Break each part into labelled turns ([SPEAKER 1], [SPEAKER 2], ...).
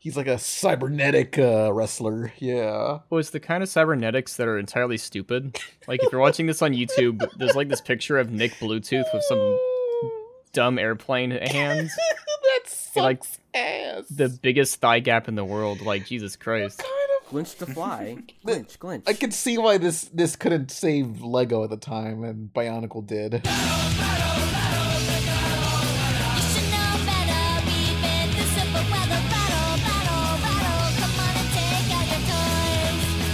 [SPEAKER 1] He's like a cybernetic uh, wrestler. Yeah.
[SPEAKER 2] Well, it's the kind of cybernetics that are entirely stupid. Like if you're watching this on YouTube, there's like this picture of Nick Bluetooth with some dumb airplane hands.
[SPEAKER 1] that sucks
[SPEAKER 2] He, like,
[SPEAKER 1] ass.
[SPEAKER 2] The biggest thigh gap in the world. Like Jesus Christ.
[SPEAKER 3] Glinch the fly. Glinch, Glinch.
[SPEAKER 1] I can see why this this couldn't save Lego at the time, and Bionicle did.
[SPEAKER 4] You should know better. We've been through simple weather. Rattle, rattle, rattle. Come on and take out your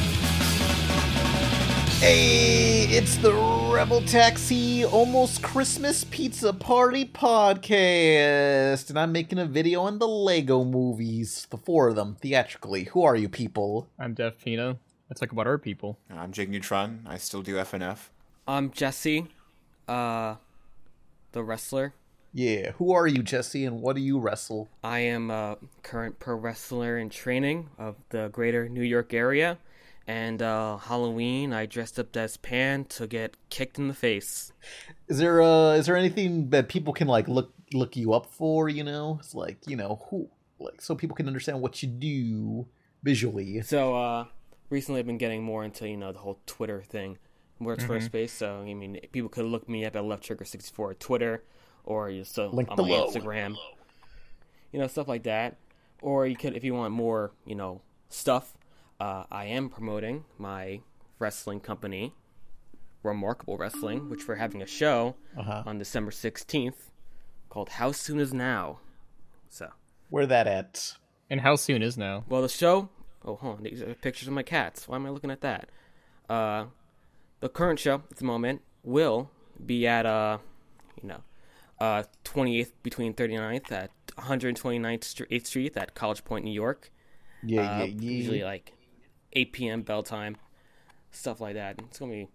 [SPEAKER 4] toys.
[SPEAKER 1] Hey, it's the Rebel Taxi Almost Christmas Pizza Party Podcast, and I'm making a video on the Lego movies, the four of them, theatrically. Who are you people?
[SPEAKER 2] I'm Def Pino. I talk about our people.
[SPEAKER 5] Uh, I'm Jake Neutron. I still do FNF.
[SPEAKER 3] Um, Jesse, uh, the wrestler.
[SPEAKER 1] Yeah, who are you, Jesse, and what do you wrestle?
[SPEAKER 3] I am a current pro wrestler in training of the greater New York area. And uh, Halloween, I dressed up as Pan to get kicked in the face.
[SPEAKER 1] Is there uh is there anything that people can like look look you up for, you know? It's like, you know, who like so people can understand what you do visually.
[SPEAKER 3] So uh, recently, I've been getting more into you know the whole Twitter thing, where it's first base. So I mean, people could look me up at Left Trigger sixty four Twitter, or you so
[SPEAKER 1] Link
[SPEAKER 3] on
[SPEAKER 1] below.
[SPEAKER 3] my Instagram, you know stuff like that. Or you could, if you want more, you know stuff. Uh, I am promoting my wrestling company, Remarkable Wrestling, which we're having a show on December sixteenth called "How Soon Is Now." So,
[SPEAKER 1] Where that at?
[SPEAKER 2] And how soon is now?
[SPEAKER 3] well, the show. Oh, hold on. These are pictures of my cats. Why am I looking at that? Uh, the current show at the moment will be at uh, you know, uh, 28th between 39th at 129th Street, 8th Street at College Point, New York.
[SPEAKER 1] Yeah,
[SPEAKER 3] Uh,
[SPEAKER 1] yeah, yeah.
[SPEAKER 3] Usually like 8 p.m. bell time, stuff like that. It's gonna be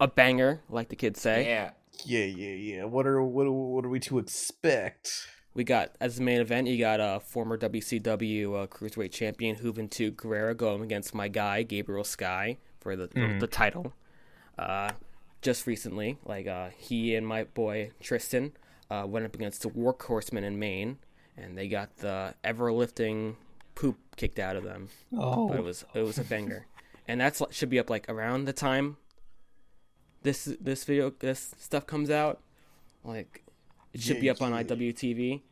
[SPEAKER 3] a banger, like the kids say.
[SPEAKER 5] Yeah.
[SPEAKER 1] Yeah, yeah, yeah. What are what are- what are we to expect?
[SPEAKER 3] We got as the main event, you got uh, former WCW uh, cruiserweight champion Juventud Guerrero going against my guy Gabriel Sky for the the title. Uh, just recently, like uh, he and my boy Tristan uh, went up against the War Horsemen in Maine, and they got the ever lifting poop kicked out of them. But it
[SPEAKER 1] Oh,
[SPEAKER 3] was it was a banger, and that's li- should be up like around the time this this video this stuff comes out. Like it should be up on IWTV,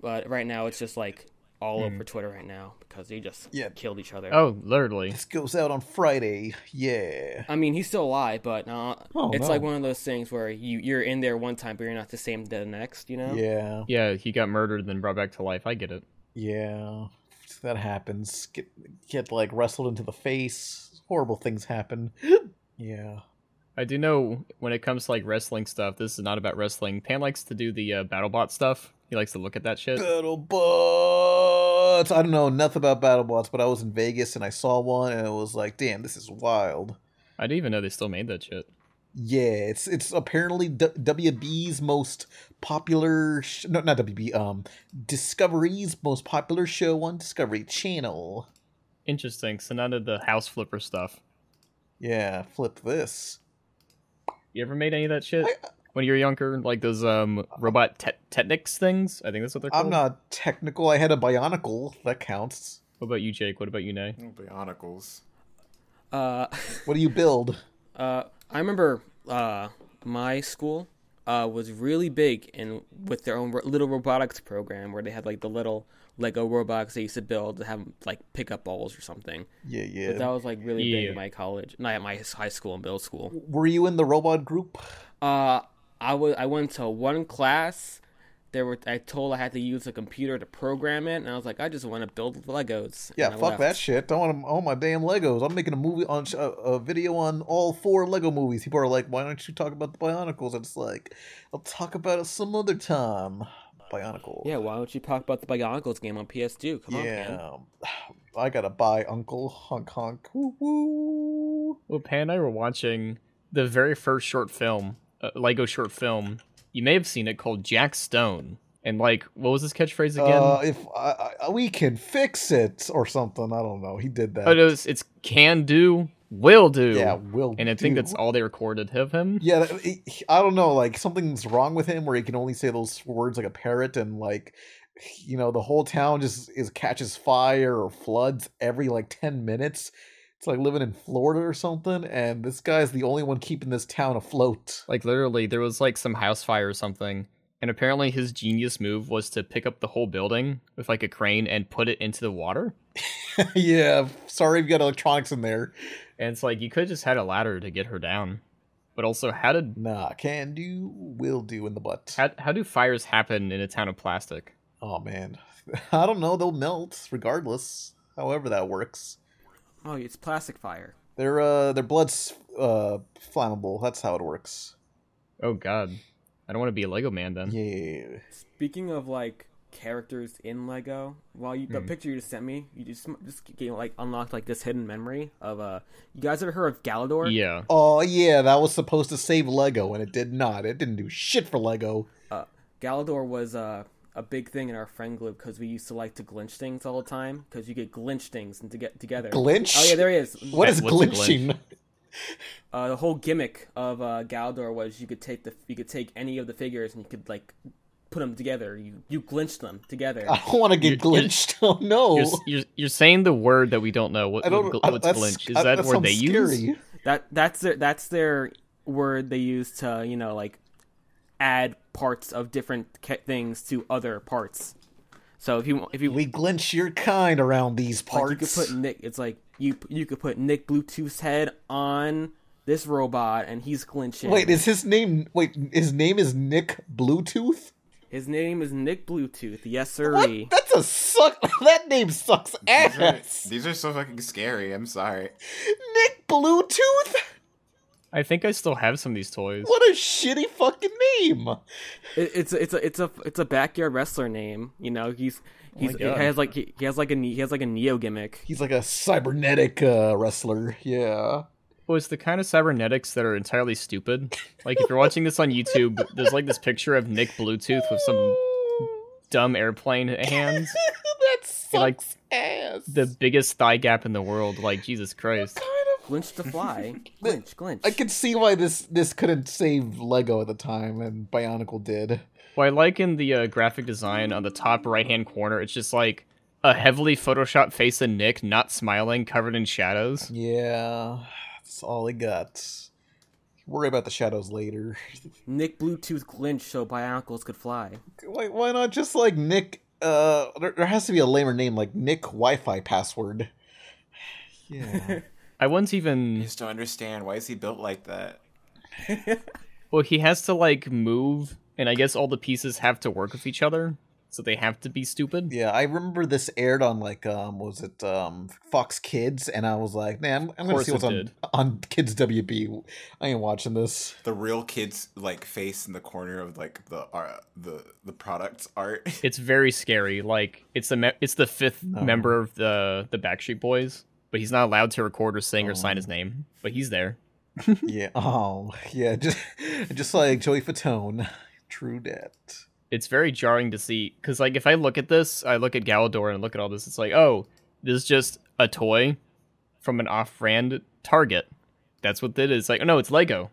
[SPEAKER 3] but right now it's just like all over Twitter right now because they just
[SPEAKER 1] Yeah.
[SPEAKER 3] killed each other.
[SPEAKER 2] Oh, literally.
[SPEAKER 1] this goes out on Friday. Yeah.
[SPEAKER 3] I mean, he's still alive, but uh,
[SPEAKER 1] Oh,
[SPEAKER 3] it's
[SPEAKER 1] no.
[SPEAKER 3] like one of those things where you you're in there one time, but you're not the same the next. You know?
[SPEAKER 1] Yeah.
[SPEAKER 2] Yeah, he got murdered and then brought back to life. I get it.
[SPEAKER 1] Yeah. That happens. Get get like wrestled into the face. Horrible things happen. yeah.
[SPEAKER 2] I do know when it comes to like wrestling stuff, this is not about wrestling. Pan likes to do the uh, BattleBot stuff. He likes to look at that shit.
[SPEAKER 1] BattleBots. I don't know enough about BattleBots, but I was in Vegas and I saw one and it was like, damn, this is wild.
[SPEAKER 2] I didn't even know they still made that shit.
[SPEAKER 1] Yeah, it's it's apparently D- WB's most popular sh- no not WB um Discovery's most popular show on Discovery Channel.
[SPEAKER 2] Interesting. So none of the house flipper stuff.
[SPEAKER 1] Yeah, flip this.
[SPEAKER 2] You ever made any of that shit when you were younger? Like those um robot te- technics things? I think that's what they're called.
[SPEAKER 1] I'm not technical. I had a bionicle. That counts.
[SPEAKER 2] What about you, Jake? What about you,
[SPEAKER 5] Mm.
[SPEAKER 2] Nay?
[SPEAKER 5] Bionicles.
[SPEAKER 3] Uh,
[SPEAKER 1] What do you build?
[SPEAKER 3] Uh, I remember uh, my school uh, was really big in with their own ro- little robotics program where they had like the little Lego robots they used to build to have 'em, like pick up balls or something.
[SPEAKER 1] Yeah,
[SPEAKER 3] But that
[SPEAKER 1] yeah.
[SPEAKER 3] was like really big
[SPEAKER 2] Yeah.
[SPEAKER 3] in my college, not at my his- high school and middle school.
[SPEAKER 1] Were you in the robot group?
[SPEAKER 3] Uh, I was I went to one class. There were I told I had to use a computer to program it, and I was like, I just want to build Legos.
[SPEAKER 1] Yeah,
[SPEAKER 3] and I
[SPEAKER 1] fuck that
[SPEAKER 3] left.
[SPEAKER 1] shit. I want all my damn Legos. I'm making a movie on a, a video on all four Lego movies. People are like, "Why don't you talk about the Bionicles?" It's like, I'll talk about it some other time. Bionicle.
[SPEAKER 3] Yeah, why don't you talk about the Bionicles game on PS2? Come on, man.
[SPEAKER 1] yeah. I gotta buy Uncle Honk Honk. Woo woo.
[SPEAKER 2] Well, Pan and I were watching the very first short film, uh, Lego short film. You may have seen it called Jack Stone. And like, what was his catchphrase again?
[SPEAKER 1] Uh, if I, I, we can fix it or something, I don't know. He did that.
[SPEAKER 2] oh, no, it's, it's can do, will do.
[SPEAKER 1] yeah, will.
[SPEAKER 2] And I think
[SPEAKER 1] do.
[SPEAKER 2] that's all they recorded of him.
[SPEAKER 1] Yeah, that- he- he- I don't know. Like something's wrong with him, where he can only say those words like a parrot, and like you know the whole town just is catches fire or floods every like 10 minutes it's like living in florida or something and this guy's the only one keeping this town afloat
[SPEAKER 2] Like literally, there was like some house fire or something, and apparently his genius move was to pick up the whole building with like a crane and put it into the water.
[SPEAKER 1] yeah sorry if you got electronics in there
[SPEAKER 2] And it's like you could just had a ladder to get her down, but also how did
[SPEAKER 1] nah can do will do in the butt
[SPEAKER 2] how, how do fires happen in a town of plastic?
[SPEAKER 1] oh man i don't know they'll melt regardless however that works
[SPEAKER 3] Oh, it's plastic fire.
[SPEAKER 1] their uh their blood's uh flammable that's how it works
[SPEAKER 2] Oh God, I don't want to be a Lego man then.
[SPEAKER 1] yeah
[SPEAKER 3] Speaking of like characters in Lego, while you, the
[SPEAKER 1] Hmm.
[SPEAKER 3] picture you just sent me, you just just getting, like unlocked like this hidden memory of uh, you guys ever heard of Galador?
[SPEAKER 2] Yeah.
[SPEAKER 1] Oh yeah, that was supposed to save Lego, and it did not. It didn't do shit for Lego.
[SPEAKER 3] Uh, Galador was uh, a big thing in our friend group because we used to like to glinch things all the time because you get glinch things and to get together.
[SPEAKER 1] Glinch?
[SPEAKER 3] Oh yeah, there he is.
[SPEAKER 1] What is
[SPEAKER 2] What's a
[SPEAKER 1] glitching?
[SPEAKER 3] Uh, the whole gimmick of uh, Galador was you could take the you could take any of the figures and you could like put them together. You you glinch them together.
[SPEAKER 1] I don't want to get
[SPEAKER 2] You're- you're-
[SPEAKER 1] glitched. Oh no,
[SPEAKER 2] You're, s- you're, you're saying the word that we don't know. What,
[SPEAKER 1] I don't.
[SPEAKER 2] what
[SPEAKER 1] I-
[SPEAKER 2] gl- what's
[SPEAKER 1] that's-
[SPEAKER 2] glinch? Is
[SPEAKER 1] I-
[SPEAKER 2] that, word
[SPEAKER 1] sounds
[SPEAKER 2] they use?
[SPEAKER 1] scary.
[SPEAKER 3] That that's their that's their word they use to you know like add parts of different ca- things to other parts. So if you if you
[SPEAKER 1] We glinch your kind around these
[SPEAKER 3] like you
[SPEAKER 1] parts.
[SPEAKER 3] could put Nick, it's like you you could put Nick Bluetooth's head on this robot and he's glinching.
[SPEAKER 1] Wait, is his name? Wait, his name is Nick Bluetooth.
[SPEAKER 3] his name is Nick Bluetooth. Yes,
[SPEAKER 1] What?
[SPEAKER 3] sirree.
[SPEAKER 1] That's a suck. that name sucks
[SPEAKER 5] These are,
[SPEAKER 1] ass.
[SPEAKER 5] these are so fucking scary. I'm sorry.
[SPEAKER 1] Nick Bluetooth.
[SPEAKER 2] I think I still have some of these toys.
[SPEAKER 1] What a shitty fucking name.
[SPEAKER 3] It, it's a- it's a it's a it's a backyard wrestler name. You know he's he's he
[SPEAKER 2] God.
[SPEAKER 3] has like he, he has like a ne- he has like a neo gimmick.
[SPEAKER 1] He's like a cybernetic uh, wrestler. Yeah.
[SPEAKER 2] Well, it's the kind of cybernetics that are entirely stupid. Like if you're watching this on YouTube, there's like this picture of Nick Bluetooth with some dumb airplane hands,
[SPEAKER 1] that sucks
[SPEAKER 2] like,
[SPEAKER 1] ass.
[SPEAKER 2] the biggest thigh gap in the world. Like Jesus Christ.
[SPEAKER 3] Glinch to fly. glinch glinch.
[SPEAKER 1] I could see why this this couldn't save Lego at the time, and Bionicle did.
[SPEAKER 2] Well, I like in the uh, graphic design on the top right hand corner, it's just like a heavily photoshopped face of Nick, not smiling, covered in shadows.
[SPEAKER 1] Yeah, that's all he got. Worry about the shadows later.
[SPEAKER 3] Nick Bluetooth glinch so bionicles could fly.
[SPEAKER 1] why, why not just like Nick? Uh, there, there has to be a lamer name like Nick Wi-Fi password. Yeah,
[SPEAKER 2] I once even
[SPEAKER 5] I just don't understand. Why is he built like that?
[SPEAKER 2] Well, he has to like move, and I guess all the pieces have to work with each other, so they have to be stupid.
[SPEAKER 1] yeah. I remember this aired on like um, what was it um Fox Kids, and I was like, man, I'm, I'm gonna
[SPEAKER 2] course
[SPEAKER 1] see what's
[SPEAKER 2] it
[SPEAKER 1] on
[SPEAKER 2] did.
[SPEAKER 1] on Kids WB. I ain't watching this.
[SPEAKER 5] The real kid's like face in the corner of like the art, the the product's art.
[SPEAKER 2] It's very scary. Like it's the me- it's the fifth member of the the Backstreet Boys, but he's not allowed to record or sing or sign his name. But he's there.
[SPEAKER 1] Yeah. Oh, yeah. Just, just like Joey Fatone. True debt.
[SPEAKER 2] It's very jarring to see because like if I look at this, I look at Galador and I look at all this. It's like oh, this is just a toy from an off-brand Target. That's what it is. Like oh no, it's Lego.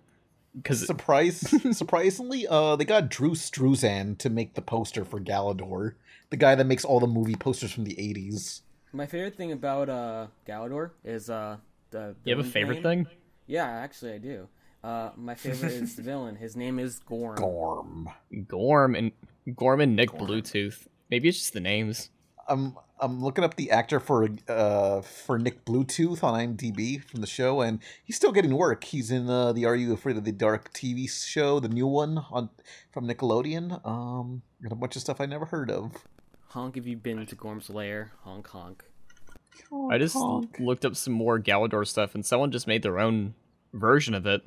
[SPEAKER 2] Because
[SPEAKER 1] Surprise, surprisingly, uh, they got Drew Struzan to make the poster for Galador, the guy that makes all the movie posters from the '80s.
[SPEAKER 3] My favorite thing about uh, Galador is uh, the.
[SPEAKER 2] you have a
[SPEAKER 3] villain's
[SPEAKER 2] favorite
[SPEAKER 3] name.
[SPEAKER 2] thing?
[SPEAKER 3] Yeah, actually, I do. Uh, my favorite is the villain. His name is Gorm.
[SPEAKER 1] Gorm.
[SPEAKER 2] Gorm and Gorm and Nick Bluetooth. Maybe it's just the names.
[SPEAKER 1] I'm I'm looking up the actor for uh for Nick Bluetooth on IMDb from the show, and he's still getting work. He's in uh, the Are You Afraid of the Dark TV show, the new one on from Nickelodeon, um, and a bunch of stuff I never heard of.
[SPEAKER 3] Honk, have you been to Gorm's lair? Honk, honk.
[SPEAKER 2] I just looked up some more Galador stuff, and someone just made their own version of it.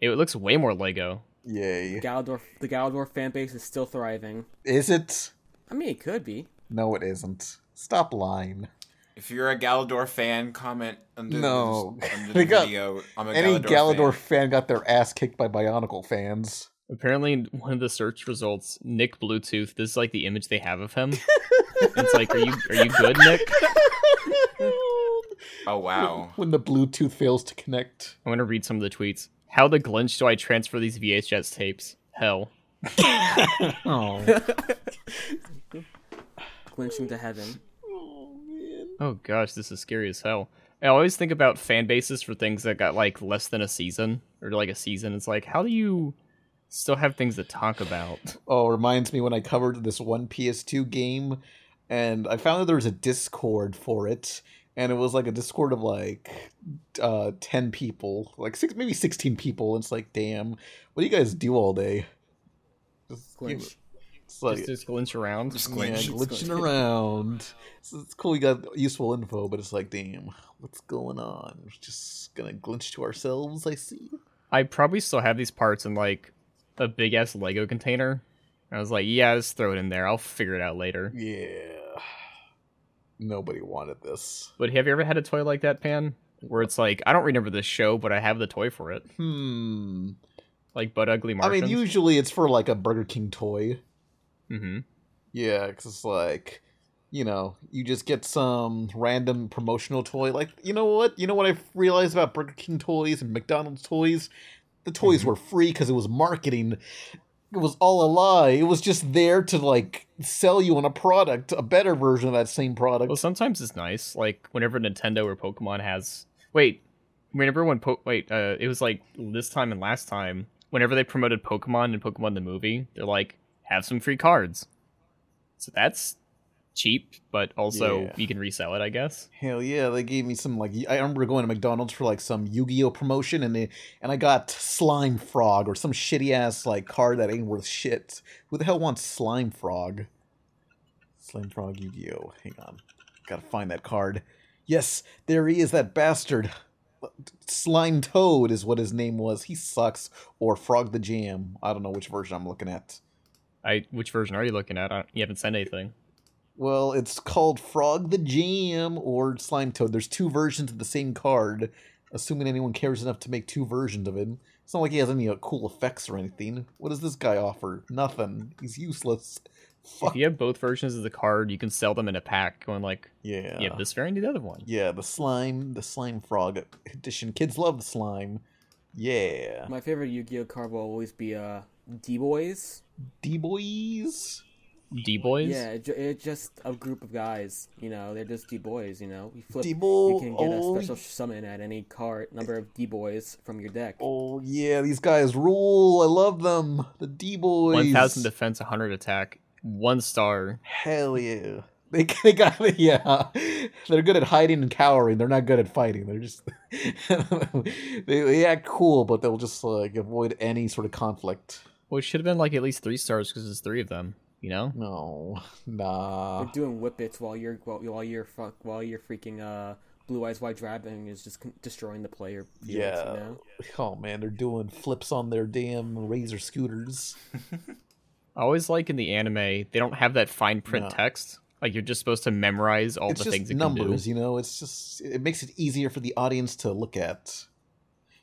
[SPEAKER 2] It looks way more Lego.
[SPEAKER 1] Yay.
[SPEAKER 3] Galador, the Galador fan base is still thriving.
[SPEAKER 1] Is it?
[SPEAKER 3] I mean, it could be.
[SPEAKER 1] No, it isn't. Stop lying.
[SPEAKER 5] If you're a Galador fan, comment under
[SPEAKER 1] No.
[SPEAKER 5] the, under
[SPEAKER 1] They
[SPEAKER 5] the
[SPEAKER 1] got-
[SPEAKER 5] video. I'm a
[SPEAKER 1] Any
[SPEAKER 5] Galador,
[SPEAKER 1] Galador
[SPEAKER 5] fan.
[SPEAKER 1] fan got their ass kicked by Bionicle fans.
[SPEAKER 2] Apparently, in one of the search results, Nick Bluetooth. This is like the image they have of him. it's like, are you are you good, Nick?
[SPEAKER 5] Oh wow.
[SPEAKER 1] When the Bluetooth fails to connect.
[SPEAKER 2] I'm gonna read some of the tweets. How the glinch do I transfer these VHS tapes? Hell.
[SPEAKER 1] Oh.
[SPEAKER 3] Winching to Heaven.
[SPEAKER 1] Oh man.
[SPEAKER 2] Oh gosh, this is scary as hell. I always think about fan bases for things that got like less than a season or like a season. It's like, how do you still have things to talk about?
[SPEAKER 1] Oh, it reminds me when I covered this one PS2 game, and I found that there was a Discord for it, and it was like a Discord of like uh, ten people, like six, maybe sixteen people. And it's like, damn, what do you guys do all day? Just, you-
[SPEAKER 3] Glinch.
[SPEAKER 1] it's like,
[SPEAKER 2] Just just glitch around.
[SPEAKER 5] Just
[SPEAKER 1] yeah,
[SPEAKER 5] glitch.
[SPEAKER 1] glitching around. So it's cool. You got useful info, but it's like, damn, what's going on? We're just gonna glitch to ourselves. I see.
[SPEAKER 2] I probably still have these parts in like a big ass Lego container. I was like, yeah, just throw it in there. I'll figure it out later.
[SPEAKER 1] Yeah. Nobody wanted this.
[SPEAKER 2] But have you ever had a toy like that, Pan? Where it's like, I don't remember this show, but I have the toy for it.
[SPEAKER 1] Hmm.
[SPEAKER 2] Like Bud Ugly
[SPEAKER 1] I
[SPEAKER 2] Martians.
[SPEAKER 1] mean, usually it's for like a Burger King toy.
[SPEAKER 2] hmm
[SPEAKER 1] Yeah, because it's like, you know, you just get some random promotional toy. Like, you know what? You know what I've realized about Burger King toys and McDonald's toys? The toys were free because it was marketing. It was all a lie. It was just there to like sell you on a product, a better version of that same product.
[SPEAKER 2] Well, sometimes it's nice. Like whenever Nintendo or Pokemon has. Wait, whenever when po- wait, uh, it was like this time and last time. Whenever they promoted Pokemon and Pokemon the movie, they're like, have some free cards. So that's cheap, but also
[SPEAKER 1] Yeah.
[SPEAKER 2] you can resell it, I guess.
[SPEAKER 1] Hell yeah, they gave me some like I remember going to McDonald's for like some Yu-Gi-Oh promotion and they, and I got Slime Frog or some shitty ass like card that ain't worth shit. Who the hell wants Slime Frog? Slime Frog Yu-Gi-Oh. Hang on. Gotta find that card. Yes, there he is, that bastard. Slime Toad is what his name was. He sucks. Or Frog the Jam. I don't know which version I'm looking at.
[SPEAKER 2] I which version are you looking at? I don't, you haven't sent anything.
[SPEAKER 1] Well, it's called Frog the Jam or Slime Toad. There's two versions of the same card, assuming anyone cares enough to make two versions of him. It's not like he has any uh, cool effects or anything. What does this guy offer? Nothing. He's useless.
[SPEAKER 2] If
[SPEAKER 1] Fuck.
[SPEAKER 2] you have both versions of the card, you can sell them in a pack. Going like,
[SPEAKER 1] Yeah.
[SPEAKER 2] you have this variant, and the other one.
[SPEAKER 1] Yeah, the slime, the slime frog edition. Kids love the slime. Yeah.
[SPEAKER 3] My favorite Yu-Gi-Oh card will always be uh D-boys.
[SPEAKER 1] D boys.
[SPEAKER 2] D boys.
[SPEAKER 3] Yeah, it, ju- it's just a group of guys. You know, they're just D-boys. You know, you flip. You
[SPEAKER 1] D-boy.
[SPEAKER 3] can get
[SPEAKER 1] Oh,
[SPEAKER 3] a special summon at any card number of D-boys from your deck.
[SPEAKER 1] Oh yeah, these guys rule. I love them. The D boys.
[SPEAKER 2] One thousand defense, hundred attack, one star.
[SPEAKER 1] Hell yeah. They, they got it, yeah. They're good at hiding and cowering. They're not good at fighting. They're just they, they act cool, but they'll just like avoid any sort of conflict.
[SPEAKER 2] Well, it should have been like at least three stars because there's three of them. You know,
[SPEAKER 1] No,
[SPEAKER 3] They're
[SPEAKER 1] nah.
[SPEAKER 3] doing whippets while you're while, while you're fuck while you're freaking uh blue eyes wide dragon is just con- destroying the player. fields,
[SPEAKER 1] Yeah.
[SPEAKER 3] You know?
[SPEAKER 1] Oh man, they're doing flips on their damn razor scooters.
[SPEAKER 2] I always like in the anime they don't have that fine print
[SPEAKER 1] No.
[SPEAKER 2] text. Like you're just supposed to memorize all
[SPEAKER 1] it's
[SPEAKER 2] the
[SPEAKER 1] just
[SPEAKER 2] things it
[SPEAKER 1] numbers,
[SPEAKER 2] can
[SPEAKER 1] you know. It's just it makes it easier for the audience to look at.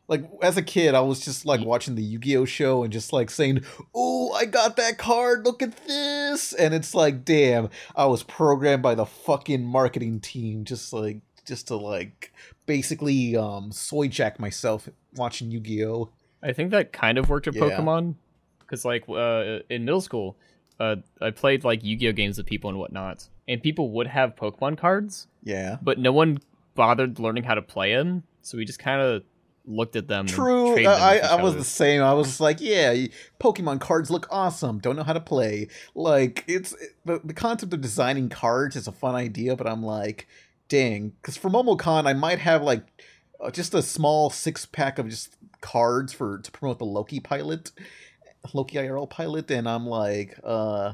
[SPEAKER 1] Like as a kid, I was just like watching the Yu-Gi-Oh show and just like saying, "Oh, I got that card! Look at this!" And it's like, damn, I was programmed by the fucking marketing team just like just to like basically um soy jack myself watching Yu-Gi-Oh.
[SPEAKER 2] do. I think that kind of worked with
[SPEAKER 1] Yeah.
[SPEAKER 2] Pokemon, because like uh, in middle school, uh, I played like Yu-Gi-Oh games with people and whatnot, and people would have Pokemon cards,
[SPEAKER 1] Yeah,
[SPEAKER 2] but no one bothered learning how to play them, so we just kind of looked at them. and
[SPEAKER 1] True. uh,
[SPEAKER 2] traded Mm-hmm. them
[SPEAKER 1] I, I,
[SPEAKER 2] with each
[SPEAKER 1] I was
[SPEAKER 2] other.
[SPEAKER 1] the same. I was like, yeah, Pokemon cards look awesome. Don't know how to play. Like, it's the, the concept of designing cards is a fun idea, but I'm like, dang. Because for MomoCon, I might have like uh, just a small six pack of just cards for to promote the Loki pilot, Loki IRL pilot, and I'm like, uh,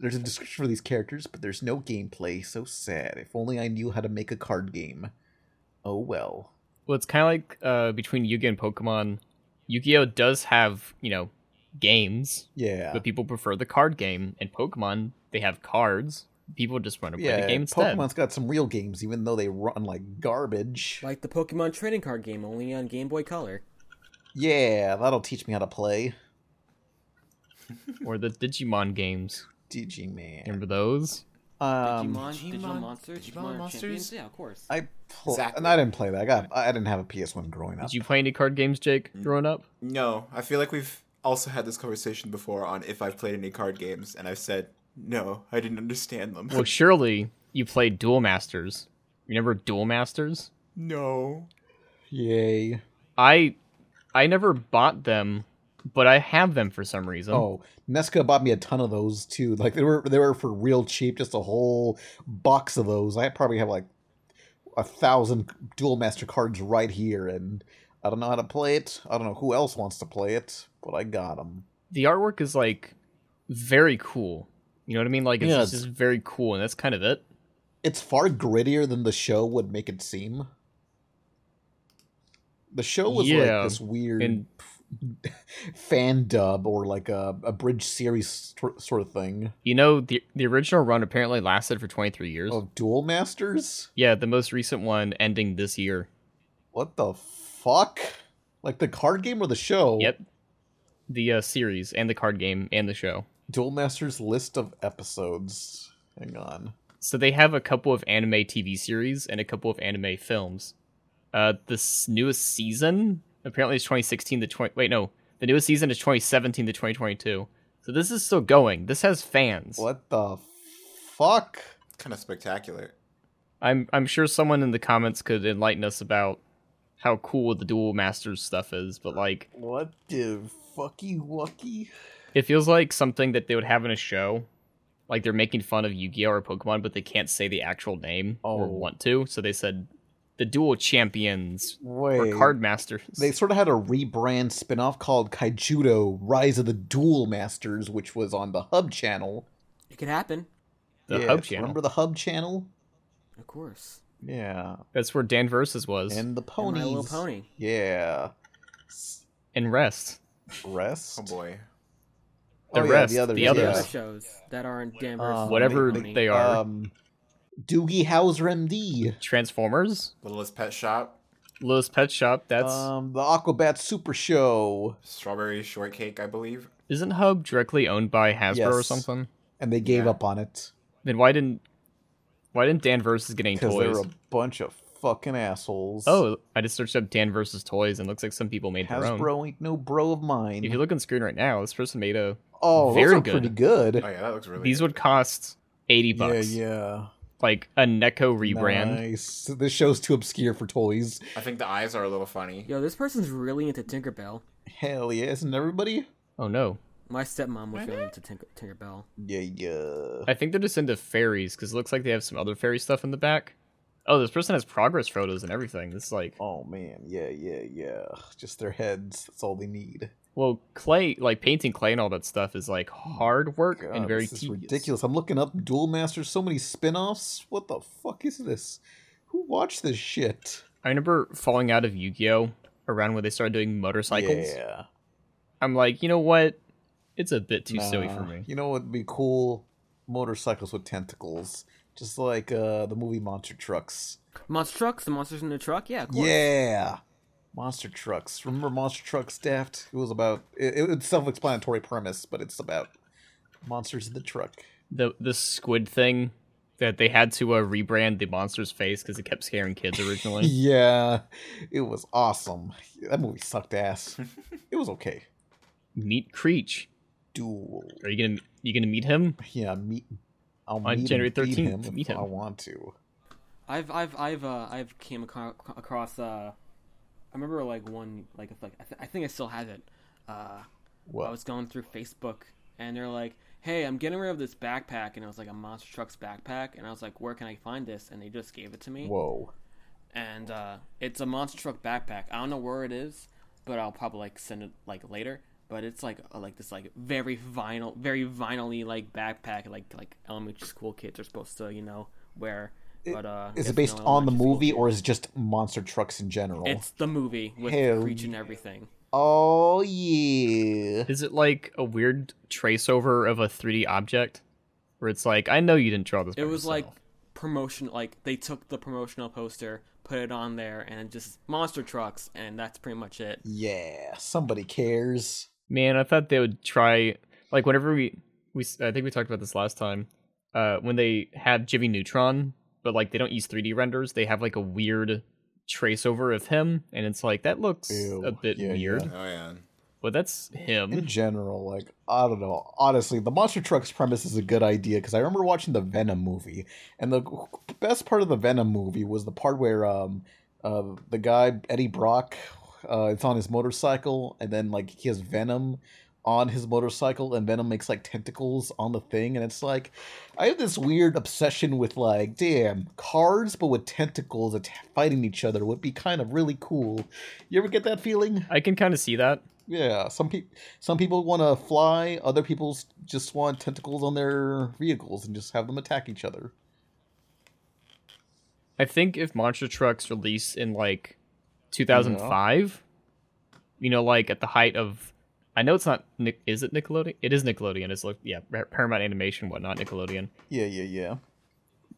[SPEAKER 1] there's a description for these characters, but there's no gameplay. So sad. If only I knew how to make a card game. Oh well.
[SPEAKER 2] Well, it's kind of like uh, between Yu-Gi and Pokemon. Yu-Gi-Oh does have you know games,
[SPEAKER 1] Yeah.
[SPEAKER 2] but people prefer the card game. And Pokemon, they have cards. People just want to play the game instead.
[SPEAKER 1] Pokemon's got some real games, even though they run like garbage.
[SPEAKER 3] Like the Pokemon trading card game, only on Game Boy Color.
[SPEAKER 1] yeah, that'll teach me how to play
[SPEAKER 2] or the Digimon games.
[SPEAKER 1] Digimon.
[SPEAKER 2] Remember those?
[SPEAKER 1] Um,
[SPEAKER 5] Digimon- Digimon Monsters?
[SPEAKER 3] Champions, Yeah, of course.
[SPEAKER 1] I pl-
[SPEAKER 5] Exactly.
[SPEAKER 1] and I didn't play that. I got I didn't have a PS1 growing up.
[SPEAKER 2] Did you play any card games, Jake, growing up?
[SPEAKER 5] No, I feel like we've also had this conversation before on if I've played any card games, and I've said No, I didn't understand them.
[SPEAKER 2] Well, surely you played Duel Masters. You remember Duel Masters?
[SPEAKER 5] no.
[SPEAKER 2] Hmm?
[SPEAKER 1] Yay.
[SPEAKER 2] I I never bought them, but I have them for some reason.
[SPEAKER 1] Oh, Nesca bought me a ton of those too. Like they were they were for real cheap, just a whole box of those. I probably have like a thousand dual master cards right here, and I don't know how to play it. I don't know who else wants to play it, but I got them.
[SPEAKER 2] The artwork is like very cool. You know what I mean? Like it's
[SPEAKER 1] Yeah,
[SPEAKER 2] just,
[SPEAKER 1] it's-
[SPEAKER 2] just very cool, and that's kind of it.
[SPEAKER 1] It's far grittier than the show would make it seem. The show was
[SPEAKER 2] Yeah,
[SPEAKER 1] like this weird
[SPEAKER 2] and-
[SPEAKER 1] fan dub or like a, a bridge series sor- sort of thing
[SPEAKER 2] You know, the the original run apparently lasted for 23 years.
[SPEAKER 1] of dual masters.
[SPEAKER 2] Yeah, the most recent one ending this year.
[SPEAKER 1] What the fuck? Like the card game or the show?
[SPEAKER 2] Yep. The uh, series and the card game and the show.
[SPEAKER 1] Duel Masters list of episodes. Hang on.
[SPEAKER 2] So they have a couple of anime TV series and a couple of anime films. Uh, this newest season apparently is 2016 to 20. Wait, no, the newest season is 2017 to 2022. So this is still going. This has fans.
[SPEAKER 1] What the fuck?
[SPEAKER 5] Kind of spectacular.
[SPEAKER 2] I'm I'm sure someone in the comments could enlighten us about how cool the Dual Masters stuff is, but like
[SPEAKER 1] What the fucky wucky?
[SPEAKER 2] it feels like something that they would have in a show. Like they're making fun of Yu-Gi-Oh or Pokemon, but they can't say the actual name
[SPEAKER 1] Oh.
[SPEAKER 2] or want to, so they said the Dual Champions
[SPEAKER 1] Wait.
[SPEAKER 2] or Card Masters.
[SPEAKER 1] They sort of had a rebrand spin-off called Kaijudo Rise of the Duel Masters, which was on the Hub channel.
[SPEAKER 3] It could happen,
[SPEAKER 2] The
[SPEAKER 1] Yeah,
[SPEAKER 2] Hub channel.
[SPEAKER 1] Remember the Hub channel?
[SPEAKER 3] of course.
[SPEAKER 1] Yeah.
[SPEAKER 2] That's where Dan Versus was. And,
[SPEAKER 1] And the
[SPEAKER 3] And
[SPEAKER 1] ponies.
[SPEAKER 3] My Little Pony.
[SPEAKER 1] Yeah.
[SPEAKER 2] Rest.
[SPEAKER 1] Rest.
[SPEAKER 5] Oh boy.
[SPEAKER 2] The
[SPEAKER 1] Oh, yeah,
[SPEAKER 2] rest,
[SPEAKER 1] the others.
[SPEAKER 2] the
[SPEAKER 1] yeah.
[SPEAKER 3] The
[SPEAKER 2] others.
[SPEAKER 3] other shows that aren't Dan versus
[SPEAKER 1] Um,
[SPEAKER 3] My
[SPEAKER 2] Whatever
[SPEAKER 3] Little Pony.
[SPEAKER 2] they are.
[SPEAKER 1] Um, Doogie Howser MD.
[SPEAKER 2] Transformers.
[SPEAKER 5] Littlest Pet Shop,
[SPEAKER 2] Lil's Pet Shop. That's
[SPEAKER 1] um, the Aquabat Super Show,
[SPEAKER 5] Strawberry Shortcake, I believe.
[SPEAKER 2] isn't Hub directly owned by Hasbro or
[SPEAKER 1] Yes.
[SPEAKER 2] something?
[SPEAKER 1] and they gave
[SPEAKER 5] Yeah.
[SPEAKER 1] up on it
[SPEAKER 2] Then why didn't why didn't Dan Versus get any
[SPEAKER 1] because they were
[SPEAKER 2] toys?
[SPEAKER 1] a bunch of fucking assholes.
[SPEAKER 2] Oh, I just searched up Dan Versus toys and looks like some people made their own.
[SPEAKER 1] Hasbro ain't no bro of mine.
[SPEAKER 2] If you look on screen right now, this person made a
[SPEAKER 1] oh, those
[SPEAKER 2] very
[SPEAKER 1] are
[SPEAKER 2] good.
[SPEAKER 1] pretty good.
[SPEAKER 5] Oh yeah, that looks really.
[SPEAKER 2] these
[SPEAKER 5] good.
[SPEAKER 2] would cost eighty bucks.
[SPEAKER 1] Yeah, yeah.
[SPEAKER 2] Like a Neko rebrand.
[SPEAKER 1] Nice. This show's too obscure for toys.
[SPEAKER 5] I think the eyes are a little funny.
[SPEAKER 3] Yo, this person's really into Tinkerbell.
[SPEAKER 1] Hell yeah, isn't everybody?
[SPEAKER 2] Oh no.
[SPEAKER 3] My stepmom was really into Tinker, Tinkerbell.
[SPEAKER 1] Yeah, yeah.
[SPEAKER 2] I think they're just into fairies because it looks like they have some other fairy stuff in the back. Oh, this person has progress photos and everything. This is like
[SPEAKER 1] Oh man, yeah, yeah, yeah. Just their heads. That's all they need.
[SPEAKER 2] Well, clay, like painting clay and all that stuff, is like hard work
[SPEAKER 1] God,
[SPEAKER 2] and very
[SPEAKER 1] this is
[SPEAKER 2] tedious.
[SPEAKER 1] ridiculous. I'm looking up Duel Masters. So many spin-offs. What the fuck is this? Who watched this shit?
[SPEAKER 2] I remember falling out of Yu-Gi-Oh around when they started doing motorcycles.
[SPEAKER 1] Yeah.
[SPEAKER 2] I'm like, you know what? It's a bit too silly
[SPEAKER 1] Nah,
[SPEAKER 2] for me.
[SPEAKER 1] You know what would be cool? Motorcycles with tentacles. Just like uh, the movie Monster Trucks.
[SPEAKER 3] Monster trucks, the monsters in the truck. Yeah, of course.
[SPEAKER 1] Yeah. Monster Trucks. Remember Monster Trucks Daft? It was about it, it- it's self-explanatory premise, but it's about monsters in the truck.
[SPEAKER 2] The the squid thing that they had to uh, rebrand the monster's face because it kept scaring kids originally.
[SPEAKER 1] Yeah. It was awesome. That movie sucked ass. it was okay.
[SPEAKER 2] meet Creech.
[SPEAKER 1] Duel.
[SPEAKER 2] Are you gonna you gonna meet him?
[SPEAKER 1] Yeah, meet I'll
[SPEAKER 2] On
[SPEAKER 1] meet and
[SPEAKER 2] January
[SPEAKER 1] beat
[SPEAKER 2] 13th,
[SPEAKER 1] him
[SPEAKER 2] meet
[SPEAKER 1] if I
[SPEAKER 2] him.
[SPEAKER 1] want to.
[SPEAKER 3] I've I've I've uh, I've came aco- across. Uh, I remember like one like it's like I, th- I think I still have it. Uh, I
[SPEAKER 1] Well,
[SPEAKER 3] was going through Facebook and they're like, "Hey, I'm getting rid of this backpack," and it was like a monster trucks backpack, and I was like, "Where can I find this?" And they just gave it to me,
[SPEAKER 1] whoa.
[SPEAKER 3] and uh, it's a monster truck backpack. I don't know where it is, but I'll probably like send it like later. But it's like uh, like this like very vinyl, very vinyl-y like backpack like like elementary school kids are supposed to you know wear. But uh,
[SPEAKER 1] Is
[SPEAKER 3] it's
[SPEAKER 1] it based
[SPEAKER 3] no
[SPEAKER 1] on the
[SPEAKER 3] elementary school
[SPEAKER 1] movie
[SPEAKER 3] kid.
[SPEAKER 1] or is it just monster trucks in general?
[SPEAKER 3] It's the movie with
[SPEAKER 1] Hell
[SPEAKER 3] Creech and
[SPEAKER 1] yeah.
[SPEAKER 3] everything.
[SPEAKER 1] Oh yeah.
[SPEAKER 2] Is it like a weird trace over of a 3D object, where it's like, I know you didn't draw this. by
[SPEAKER 3] It was like
[SPEAKER 2] yourself."
[SPEAKER 3] promotion, like they took the promotional poster, put it on there, and just monster trucks, and that's pretty much it.
[SPEAKER 1] Yeah, somebody cares.
[SPEAKER 2] Man, I thought they would try like whenever we we s- I think we talked about this last time. Uh when they have Jimmy Neutron, but like they don't use 3D renders, they have like a weird trace over of him and it's like that looks
[SPEAKER 1] Ew,
[SPEAKER 2] a bit
[SPEAKER 1] yeah,
[SPEAKER 2] weird.
[SPEAKER 1] yeah.
[SPEAKER 5] Oh yeah.
[SPEAKER 2] Well, that's
[SPEAKER 1] in
[SPEAKER 2] him.
[SPEAKER 1] general, like I don't know. Honestly, the monster trucks premise is a good idea because I remember watching the Venom movie, and the best part of the Venom movie was the part where um uh the guy Eddie Brock, uh, it's on his motorcycle, and then like he has Venom on his motorcycle, and Venom makes like tentacles on the thing, and it's like I have this weird obsession with like damn cars, but with tentacles att- fighting each other would be kind of really cool. You ever get that feeling?
[SPEAKER 2] I can kind of see that.
[SPEAKER 1] Yeah, some people some people want to fly, other people s- just want tentacles on their vehicles and just have them attack each other.
[SPEAKER 2] I think if Monster Trucks released in like 2005, you know, like at the height of, I know it's not, Nic- is it Nickelodeon? It is Nickelodeon. It's like yeah, Par- Paramount Animation, whatnot, Nickelodeon.
[SPEAKER 1] Yeah, yeah, yeah,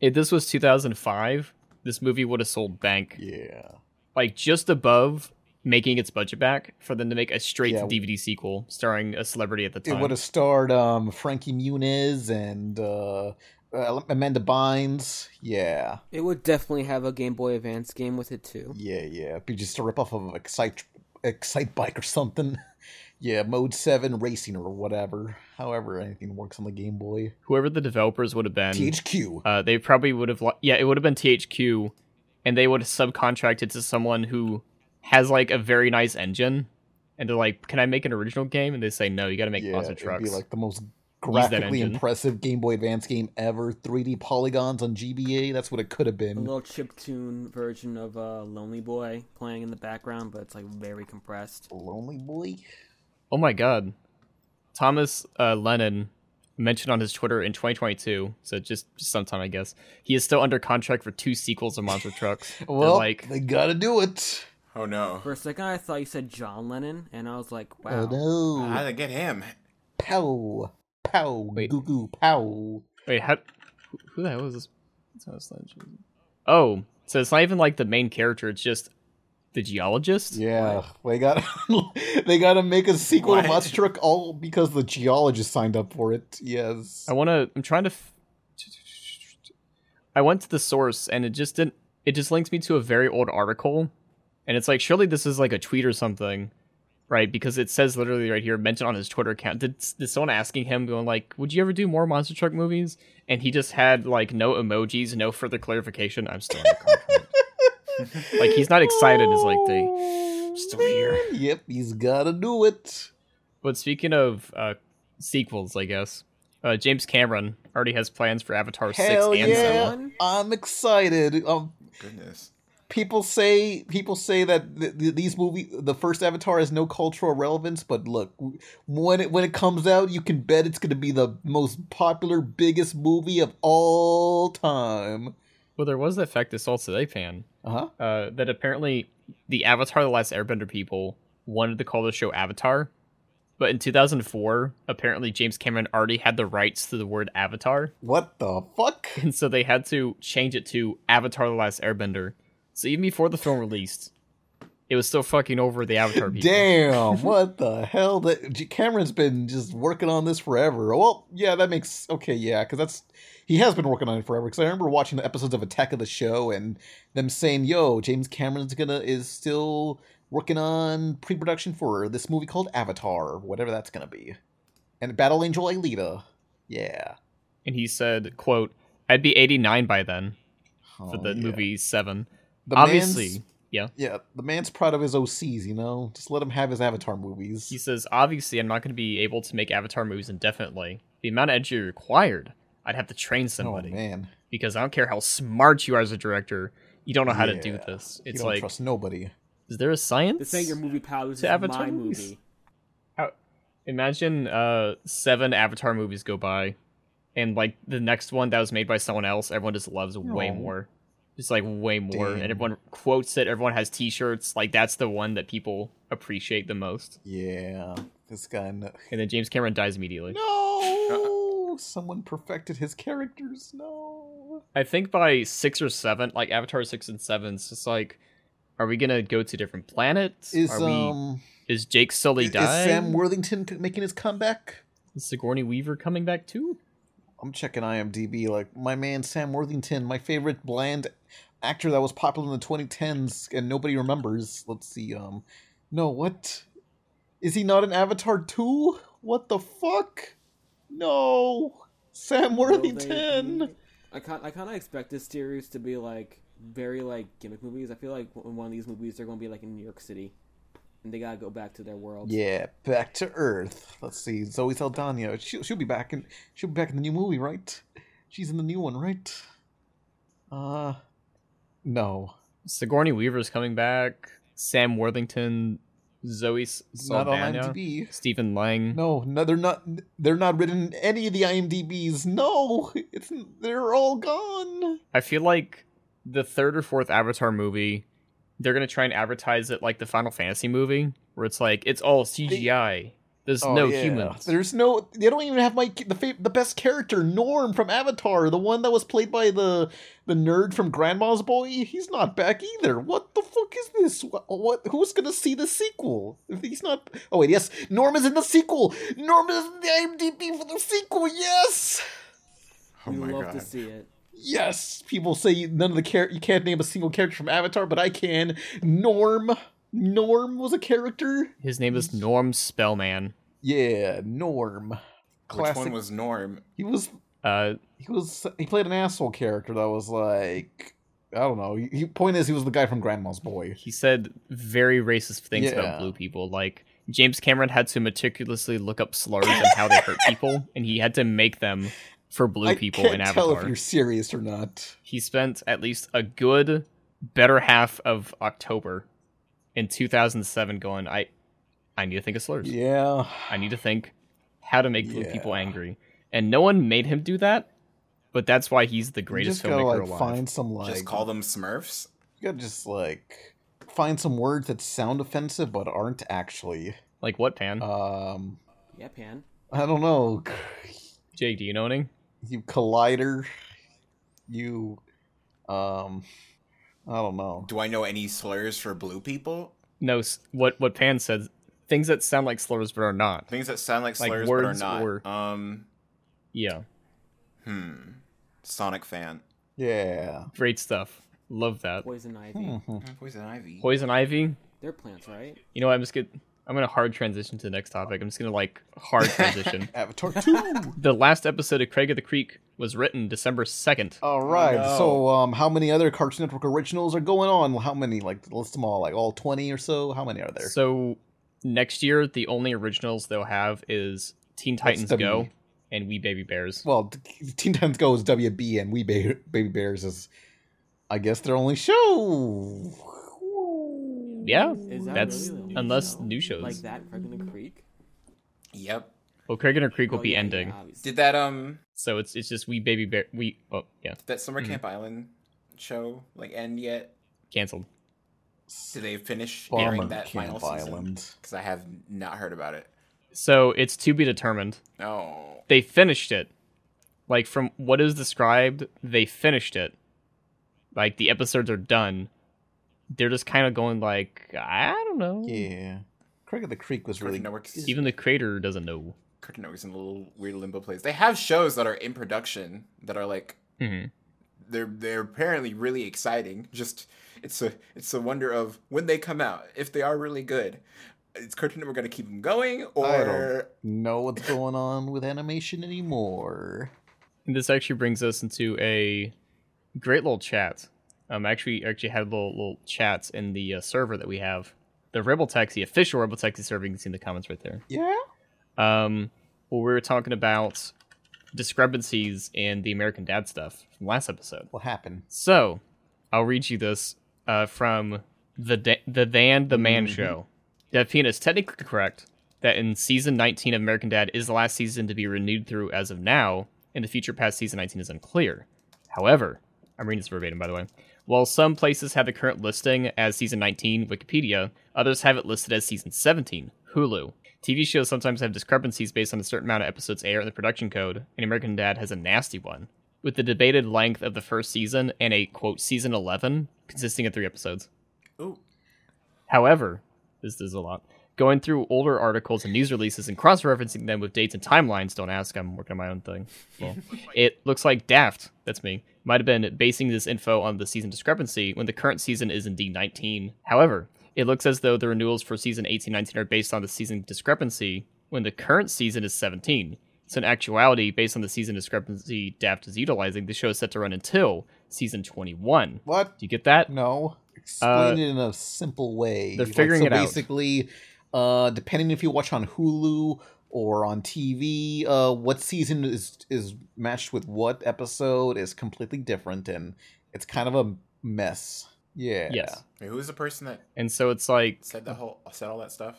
[SPEAKER 2] If this was 2005, this movie would have sold bank,
[SPEAKER 1] yeah.
[SPEAKER 2] like just above making its budget back for them to make a straight
[SPEAKER 1] Yeah.
[SPEAKER 2] to DVD sequel starring a celebrity at the
[SPEAKER 1] It
[SPEAKER 2] time.
[SPEAKER 1] would have starred um, Frankie Muniz and uh, uh, Amanda Bynes. Yeah,
[SPEAKER 3] It would definitely have a Game Boy Advance game with it too.
[SPEAKER 1] yeah, yeah. It'd be just a ripoff of Excite Excite Bike or something. yeah, Mode Seven Racing or whatever. However, anything works on the Game Boy.
[SPEAKER 2] Whoever the developers would have been,
[SPEAKER 1] THQ.
[SPEAKER 2] uh, they probably would have li- yeah it would have been thq and they would have subcontracted to someone who has like a very nice engine and they're like can i make an original game and they say no you gotta make
[SPEAKER 1] yeah,
[SPEAKER 2] lots of
[SPEAKER 1] It'd
[SPEAKER 2] trucks
[SPEAKER 1] be like the most
[SPEAKER 2] that
[SPEAKER 1] graphically
[SPEAKER 2] engine.
[SPEAKER 1] impressive Game Boy Advance game ever. 3D polygons on GBA. That's what it could have
[SPEAKER 3] A
[SPEAKER 1] been.
[SPEAKER 3] little chiptune version of uh, Lonely Boy playing in the background, but it's like very compressed.
[SPEAKER 1] Lonely Boy.
[SPEAKER 2] oh my god thomas uh, lennon mentioned on his twitter in 2022 so just, just sometime i guess he is still under contract for two sequels of monster trucks They're
[SPEAKER 1] Well,
[SPEAKER 2] like
[SPEAKER 1] they gotta do it.
[SPEAKER 5] Oh no!
[SPEAKER 3] For a second, I thought you said John Lennon, and I was like, wow.
[SPEAKER 1] Oh no!
[SPEAKER 5] How did I get him?
[SPEAKER 1] pow, pow,
[SPEAKER 2] Wait.
[SPEAKER 1] goo goo, pow.
[SPEAKER 2] wait how who- who the hell is this Thomas Lennon. oh so it's not even like the main character it's just the geologist
[SPEAKER 1] Yeah, they got they gotta make a sequel
[SPEAKER 5] What?
[SPEAKER 1] to Monster Truck all because the geologist signed up for it. Yes.
[SPEAKER 2] I want to. I'm trying to. F- I went to the source and it just didn't. It just links me to a very old article, and it's like surely this is like a tweet or something, right? Because it says literally right here mentioned on his Twitter account. Did, did someone asking him going like, "Would you ever do more monster truck movies?" And he just had like no emojis, no further clarification. I'm still under contract. like he's not excited. It's like they still here.
[SPEAKER 1] Oh, Yep, he's gotta do it.
[SPEAKER 2] But speaking of uh, sequels, I guess uh, James Cameron already has plans for Avatar
[SPEAKER 1] Hell
[SPEAKER 2] six and seven.
[SPEAKER 1] yeah!
[SPEAKER 3] seven.
[SPEAKER 1] I'm excited. Um,
[SPEAKER 5] Goodness.
[SPEAKER 1] people say people say that th- th- these movie the first avatar has no cultural relevance but look w- when it when it comes out you can bet it's going to be the most popular biggest movie of all time
[SPEAKER 2] Well, there was that fact that Salt today, Pan,
[SPEAKER 1] uh-huh
[SPEAKER 2] uh, that apparently the Avatar: The Last Airbender people wanted to call the show Avatar, but in 2004, apparently James Cameron already had the rights to the word Avatar,
[SPEAKER 1] what the fuck
[SPEAKER 2] and so they had to change it to Avatar: The Last Airbender. So even before the film released, it was still fucking over the Avatar people.
[SPEAKER 1] damn what the hell that J- cameron's been just working on this forever well yeah that makes okay yeah because that's he has been working on it forever because i remember watching the episodes of attack of the show and them saying yo james cameron's gonna is still working on pre-production for this movie called avatar or whatever that's gonna be and battle angel alita yeah
[SPEAKER 2] And he said, "quote I'd be 89 by then for
[SPEAKER 1] Oh,
[SPEAKER 2] the
[SPEAKER 1] yeah.
[SPEAKER 2] movie Seven.
[SPEAKER 1] The
[SPEAKER 2] Obviously,
[SPEAKER 1] man's-
[SPEAKER 2] yeah."
[SPEAKER 1] yeah the man's proud of his ocs you know just let him have his avatar movies
[SPEAKER 2] He says, obviously, I'm not going to be able to make Avatar movies indefinitely. The amount of energy required, I'd have to train
[SPEAKER 1] oh
[SPEAKER 2] somebody
[SPEAKER 1] man
[SPEAKER 2] because I don't care how smart you are as a director, you don't know how to do
[SPEAKER 1] Yeah.
[SPEAKER 2] this.
[SPEAKER 1] you
[SPEAKER 2] It's
[SPEAKER 1] don't
[SPEAKER 2] like,
[SPEAKER 1] trust nobody
[SPEAKER 2] is there a science?
[SPEAKER 3] This ain't your movie, pal. This is
[SPEAKER 2] To Avatar
[SPEAKER 3] my
[SPEAKER 2] movies.
[SPEAKER 3] movie.
[SPEAKER 2] Imagine uh, seven Avatar movies go by, and like the next one that was made by someone else, everyone just loves way
[SPEAKER 1] Aw.
[SPEAKER 2] more. Just like way more, and
[SPEAKER 1] Damn.
[SPEAKER 2] everyone quotes it. Everyone has T-shirts. Like that's the one that people appreciate the most.
[SPEAKER 1] yeah this guy kn-
[SPEAKER 2] And then James Cameron dies immediately.
[SPEAKER 1] No! Someone perfected his characters. No.
[SPEAKER 2] I think by six or seven, like Avatar six and seven, it's just like, are we gonna go to different planets?
[SPEAKER 1] Is
[SPEAKER 2] are we?
[SPEAKER 1] um
[SPEAKER 2] Is Jake Sully
[SPEAKER 1] is, is
[SPEAKER 2] dying?
[SPEAKER 1] Sam Worthington c- making his comeback?
[SPEAKER 2] is Sigourney Weaver coming back too?
[SPEAKER 1] I'm checking IMDb. Like my man Sam Worthington, my favorite bland actor that was popular in the 2010s and nobody remembers. Let's see. Um, no, what? Is he not an Avatar 2? What the fuck? No. Sam
[SPEAKER 3] Will
[SPEAKER 1] Worthington.
[SPEAKER 3] they- I kind I kind of expect this series to be like very like gimmick movies. I feel like in one of these movies they're going to be like in New York City, and they gotta go back to their world.
[SPEAKER 1] Yeah, back to Earth. Let's see. Zoe Saldana. She'll, she'll be back in she'll be back in the new movie, right? She's in the new one, right? Uh no.
[SPEAKER 2] Sigourney Weaver's coming back. Sam Worthington, Zoe S-
[SPEAKER 1] Not on
[SPEAKER 2] Saldana,
[SPEAKER 1] IMDb.
[SPEAKER 2] Stephen Lang.
[SPEAKER 1] No, no, they're not. They're not written in any of the IMDb's. No, it's they're all gone.
[SPEAKER 2] I feel like the third or fourth Avatar movie, they're gonna try and advertise it like the Final Fantasy movie, where it's like it's all CGI. There's
[SPEAKER 1] Oh,
[SPEAKER 2] no humans.
[SPEAKER 1] There's no. They don't even have my the fa- the best character Norm from Avatar, the one that was played by the the nerd from Grandma's Boy. He's not back either. What the fuck is this? What? what who's gonna see the sequel? If he's not. Oh wait, yes, Norm is in the sequel. Norm is in the IMDb for the sequel. Yes.
[SPEAKER 5] Oh
[SPEAKER 3] we
[SPEAKER 5] my
[SPEAKER 3] love to
[SPEAKER 5] god.
[SPEAKER 3] see it.
[SPEAKER 1] Yes, people say you- none of the char- you can't name a single character from Avatar, but I can. Norm, Norm was a character.
[SPEAKER 2] His name is Norm Spellman.
[SPEAKER 1] Yeah, Norm. Classic.
[SPEAKER 5] Which one was Norm?
[SPEAKER 1] he was
[SPEAKER 2] Uh,
[SPEAKER 1] he was he played an asshole character that was like I don't know. He, point is he was the guy from Grandma's Boy.
[SPEAKER 2] he said very racist things
[SPEAKER 1] Yeah.
[SPEAKER 2] about blue people, like. James Cameron had to meticulously look up slurs and how they hurt people, and he had to make them for blue
[SPEAKER 1] I
[SPEAKER 2] people
[SPEAKER 1] can't
[SPEAKER 2] in
[SPEAKER 1] tell
[SPEAKER 2] Avatar.
[SPEAKER 1] if you're serious or not.
[SPEAKER 2] he spent at least a good better half of October in 2007 going I I need to think of slurs.
[SPEAKER 1] Yeah,
[SPEAKER 2] I need to think how to make blue
[SPEAKER 1] Yeah.
[SPEAKER 2] people angry. And no one made him do that, but that's why he's the
[SPEAKER 1] you
[SPEAKER 2] greatest
[SPEAKER 1] just gotta
[SPEAKER 2] filmmaker
[SPEAKER 1] like
[SPEAKER 2] alive.
[SPEAKER 1] find some like
[SPEAKER 5] Just call them Smurfs.
[SPEAKER 1] you gotta just like find some words that sound offensive but aren't actually.
[SPEAKER 2] Like what pan?
[SPEAKER 1] Um,
[SPEAKER 3] Yeah, Pan.
[SPEAKER 1] I don't know.
[SPEAKER 2] Jake, do you know any?
[SPEAKER 1] you collider you um i don't know
[SPEAKER 5] Do I know any slurs for blue people?
[SPEAKER 2] No, s- what what pan said things that sound like slurs but are not.
[SPEAKER 5] Things that sound like
[SPEAKER 2] Like
[SPEAKER 5] slurs
[SPEAKER 2] words
[SPEAKER 5] but are not.
[SPEAKER 2] or-
[SPEAKER 5] Um,
[SPEAKER 2] Yeah.
[SPEAKER 5] hmm. Sonic fan.
[SPEAKER 1] yeah
[SPEAKER 2] Great stuff. Love that.
[SPEAKER 3] Poison Ivy.
[SPEAKER 2] Hmm.
[SPEAKER 1] Mhm.
[SPEAKER 5] Poison Ivy.
[SPEAKER 2] Mm. Poison Ivy,
[SPEAKER 3] They're plants, right?
[SPEAKER 2] you know what, I'm just gonna I'm gonna hard transition to the next topic. I'm just gonna like hard transition.
[SPEAKER 1] avatar 2
[SPEAKER 2] The last episode of Craig of the Creek was written December 2nd.
[SPEAKER 1] all right
[SPEAKER 5] no.
[SPEAKER 1] so um how many other cartoon network originals are going on how many like list them all like all 20 or so how many are there
[SPEAKER 2] So next year, the only originals they'll have is Teen Titans
[SPEAKER 1] the-
[SPEAKER 2] Go and We Baby Bears.
[SPEAKER 1] well t- teen titans go is wb and we ba- baby bears is i guess their only show
[SPEAKER 2] Yeah,
[SPEAKER 3] Is that
[SPEAKER 2] that's
[SPEAKER 3] really the only
[SPEAKER 2] unless
[SPEAKER 3] show?
[SPEAKER 2] new shows.
[SPEAKER 3] like that, Craig and the Creek.
[SPEAKER 5] Yep.
[SPEAKER 2] Well, Craig and her Creek will
[SPEAKER 3] Oh,
[SPEAKER 2] be
[SPEAKER 3] yeah, yeah,
[SPEAKER 2] ending,
[SPEAKER 3] obviously.
[SPEAKER 5] Did that um
[SPEAKER 2] so it's it's just We Baby Bear. We oh yeah,
[SPEAKER 5] that Summer Camp Island show like end yet?
[SPEAKER 2] canceled.
[SPEAKER 5] Did they finish airing
[SPEAKER 1] Bomber
[SPEAKER 5] that final
[SPEAKER 1] Camp
[SPEAKER 5] season?
[SPEAKER 1] Island.
[SPEAKER 5] Because I have not heard about it.
[SPEAKER 2] So it's to be determined.
[SPEAKER 5] No.
[SPEAKER 2] They finished it, like from what is described, they finished it. Like the episodes are done. They're just kind of going like I don't know.
[SPEAKER 1] Yeah. Craig of the Creek was
[SPEAKER 5] Cartoon
[SPEAKER 1] really
[SPEAKER 5] Network's,
[SPEAKER 2] Even the creator doesn't know.
[SPEAKER 5] Cartoon Network's in a little weird limbo place. They have shows that are in production that are like
[SPEAKER 2] hmm
[SPEAKER 5] they're they're apparently really exciting. Just it's a it's a wonder of when they come out if they are really good. Is Cartoon Network gonna keep them going
[SPEAKER 1] I
[SPEAKER 5] or
[SPEAKER 1] don't know what's going on with animation anymore.
[SPEAKER 2] And this actually brings us into a great little chat. Um, actually, actually had little little chats in the uh, server that we have, the Rebel Taxi official Rebel Taxi server. You can see in the comments right there.
[SPEAKER 1] Yeah.
[SPEAKER 2] Um, where we were talking about discrepancies in the American Dad stuff from last episode.
[SPEAKER 1] What happened?
[SPEAKER 2] So, I'll read you this uh, from the da- the Than the Man show. Devpina is technically correct that in season 19 of American Dad is the last season to be renewed through as of now, and the future past season 19 is unclear. However, I'm reading this verbatim, by the way. While some places have the current listing as season 19, Wikipedia, others have it listed as season 17, Hulu. TV shows sometimes have discrepancies based on a certain amount of episodes aired in the production code, and American Dad has a nasty one with the debated length of the first season and a quote season 11 consisting of three episodes.
[SPEAKER 5] Ooh.
[SPEAKER 2] However, this is a lot. Going through older articles and news releases and cross referencing them with dates and timelines, don't ask, I'm working on my own thing. Well, it looks like Daft, that's me, might have been basing this info on the season discrepancy when the current season is indeed 19. However, It looks as though the renewals for season 18 19 are based on the season discrepancy when the current season is 17. So, in actuality, based on the season discrepancy DAFT is utilizing, the show is set to run until season 21.
[SPEAKER 1] What?
[SPEAKER 2] Do you get that?
[SPEAKER 1] No.
[SPEAKER 2] Uh,
[SPEAKER 1] Explain it in a simple way.
[SPEAKER 2] they're figuring
[SPEAKER 1] so
[SPEAKER 2] it out.
[SPEAKER 1] basically, uh, depending if you watch on Hulu or on TV, uh, what season is is matched with what episode is completely different, and it's kind of a mess. Yeah.
[SPEAKER 2] Yes.
[SPEAKER 5] Wait, who was the person that
[SPEAKER 2] And so it's like
[SPEAKER 5] said the whole said all that stuff?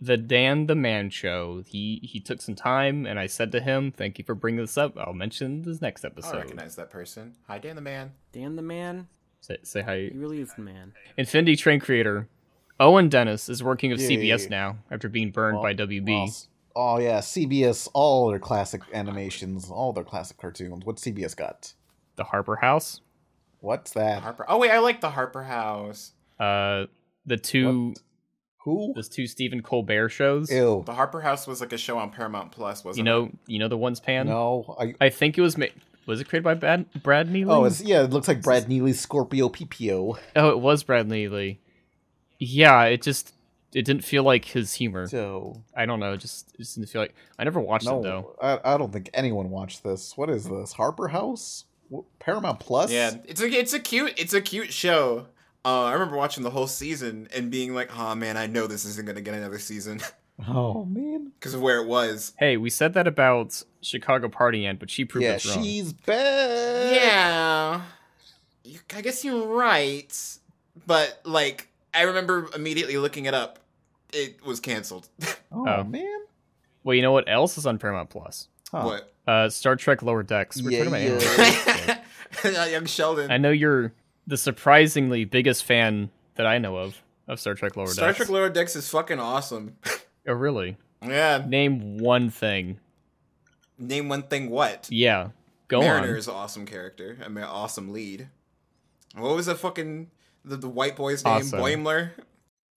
[SPEAKER 2] the Dan the Man show. He he took some time, and I said to him, "Thank you for bringing this up. I'll mention this next
[SPEAKER 5] I
[SPEAKER 2] episode."
[SPEAKER 5] recognize that person. Hi, Dan the Man.
[SPEAKER 3] Dan the man,
[SPEAKER 2] Say, say hi,
[SPEAKER 3] he really is the man.
[SPEAKER 2] Infinity Train creator Owen Dennis is working with
[SPEAKER 1] Yeah,
[SPEAKER 2] CBS
[SPEAKER 1] yeah, yeah.
[SPEAKER 2] now after being burned by WB.
[SPEAKER 1] Awes- Oh yeah, CBS. All their classic animations, all their classic cartoons. What CBS got?
[SPEAKER 2] The Harper House,
[SPEAKER 1] What's that?
[SPEAKER 5] Harper. Oh wait, I like the Harper House.
[SPEAKER 2] uh, the two
[SPEAKER 1] Who?
[SPEAKER 2] those two Stephen Colbert shows.
[SPEAKER 1] Ew.
[SPEAKER 5] The Harper House was like a show on Paramount Plus, wasn't
[SPEAKER 2] You know, you know the ones pan.
[SPEAKER 1] No. I,
[SPEAKER 2] I think it was ma- was it created by Brad Brad Neely?
[SPEAKER 1] oh, it's yeah. It looks like Brad Neely's Scorpio PPO.
[SPEAKER 2] oh, it was Brad Neely. Yeah, it just it didn't feel like his humor.
[SPEAKER 1] So
[SPEAKER 2] I don't know. it Just it just didn't feel like I never watched it though.
[SPEAKER 1] No, I, I don't think anyone watched this. What is this? Harper House? Wh- Paramount Plus?
[SPEAKER 5] Yeah, it's a it's a cute it's a cute show. Uh, I remember watching the whole season and being like, "Oh man, I know this isn't gonna get another season
[SPEAKER 1] Oh man.
[SPEAKER 5] because of where it was."
[SPEAKER 2] Hey, we said that about Chicago Party End, but she proved
[SPEAKER 1] yeah,
[SPEAKER 2] us wrong.
[SPEAKER 1] she's bad.
[SPEAKER 5] Yeah, you, I guess you're right, but like I remember immediately looking it up. It was canceled.
[SPEAKER 1] Oh,
[SPEAKER 2] Oh.
[SPEAKER 1] man.
[SPEAKER 2] Well, you know what else is on Paramount Plus?
[SPEAKER 1] Huh.
[SPEAKER 5] What?
[SPEAKER 2] Uh, Star Trek Lower Decks. We're
[SPEAKER 1] Yeah,
[SPEAKER 2] talking about
[SPEAKER 1] yeah.
[SPEAKER 2] anime.
[SPEAKER 5] Young Sheldon.
[SPEAKER 2] I know you're the surprisingly biggest fan that I know of of Star Trek Lower
[SPEAKER 5] Star
[SPEAKER 2] Decks.
[SPEAKER 5] Trek Lower Decks is fucking awesome.
[SPEAKER 2] oh, really?
[SPEAKER 5] yeah.
[SPEAKER 2] Name one thing.
[SPEAKER 5] Name one thing. What?
[SPEAKER 2] Yeah, go
[SPEAKER 5] Mariner is an awesome character. I mean, awesome lead. What was the fucking the, the white boy's name?
[SPEAKER 2] Awesome.
[SPEAKER 5] Boimler.
[SPEAKER 2] on.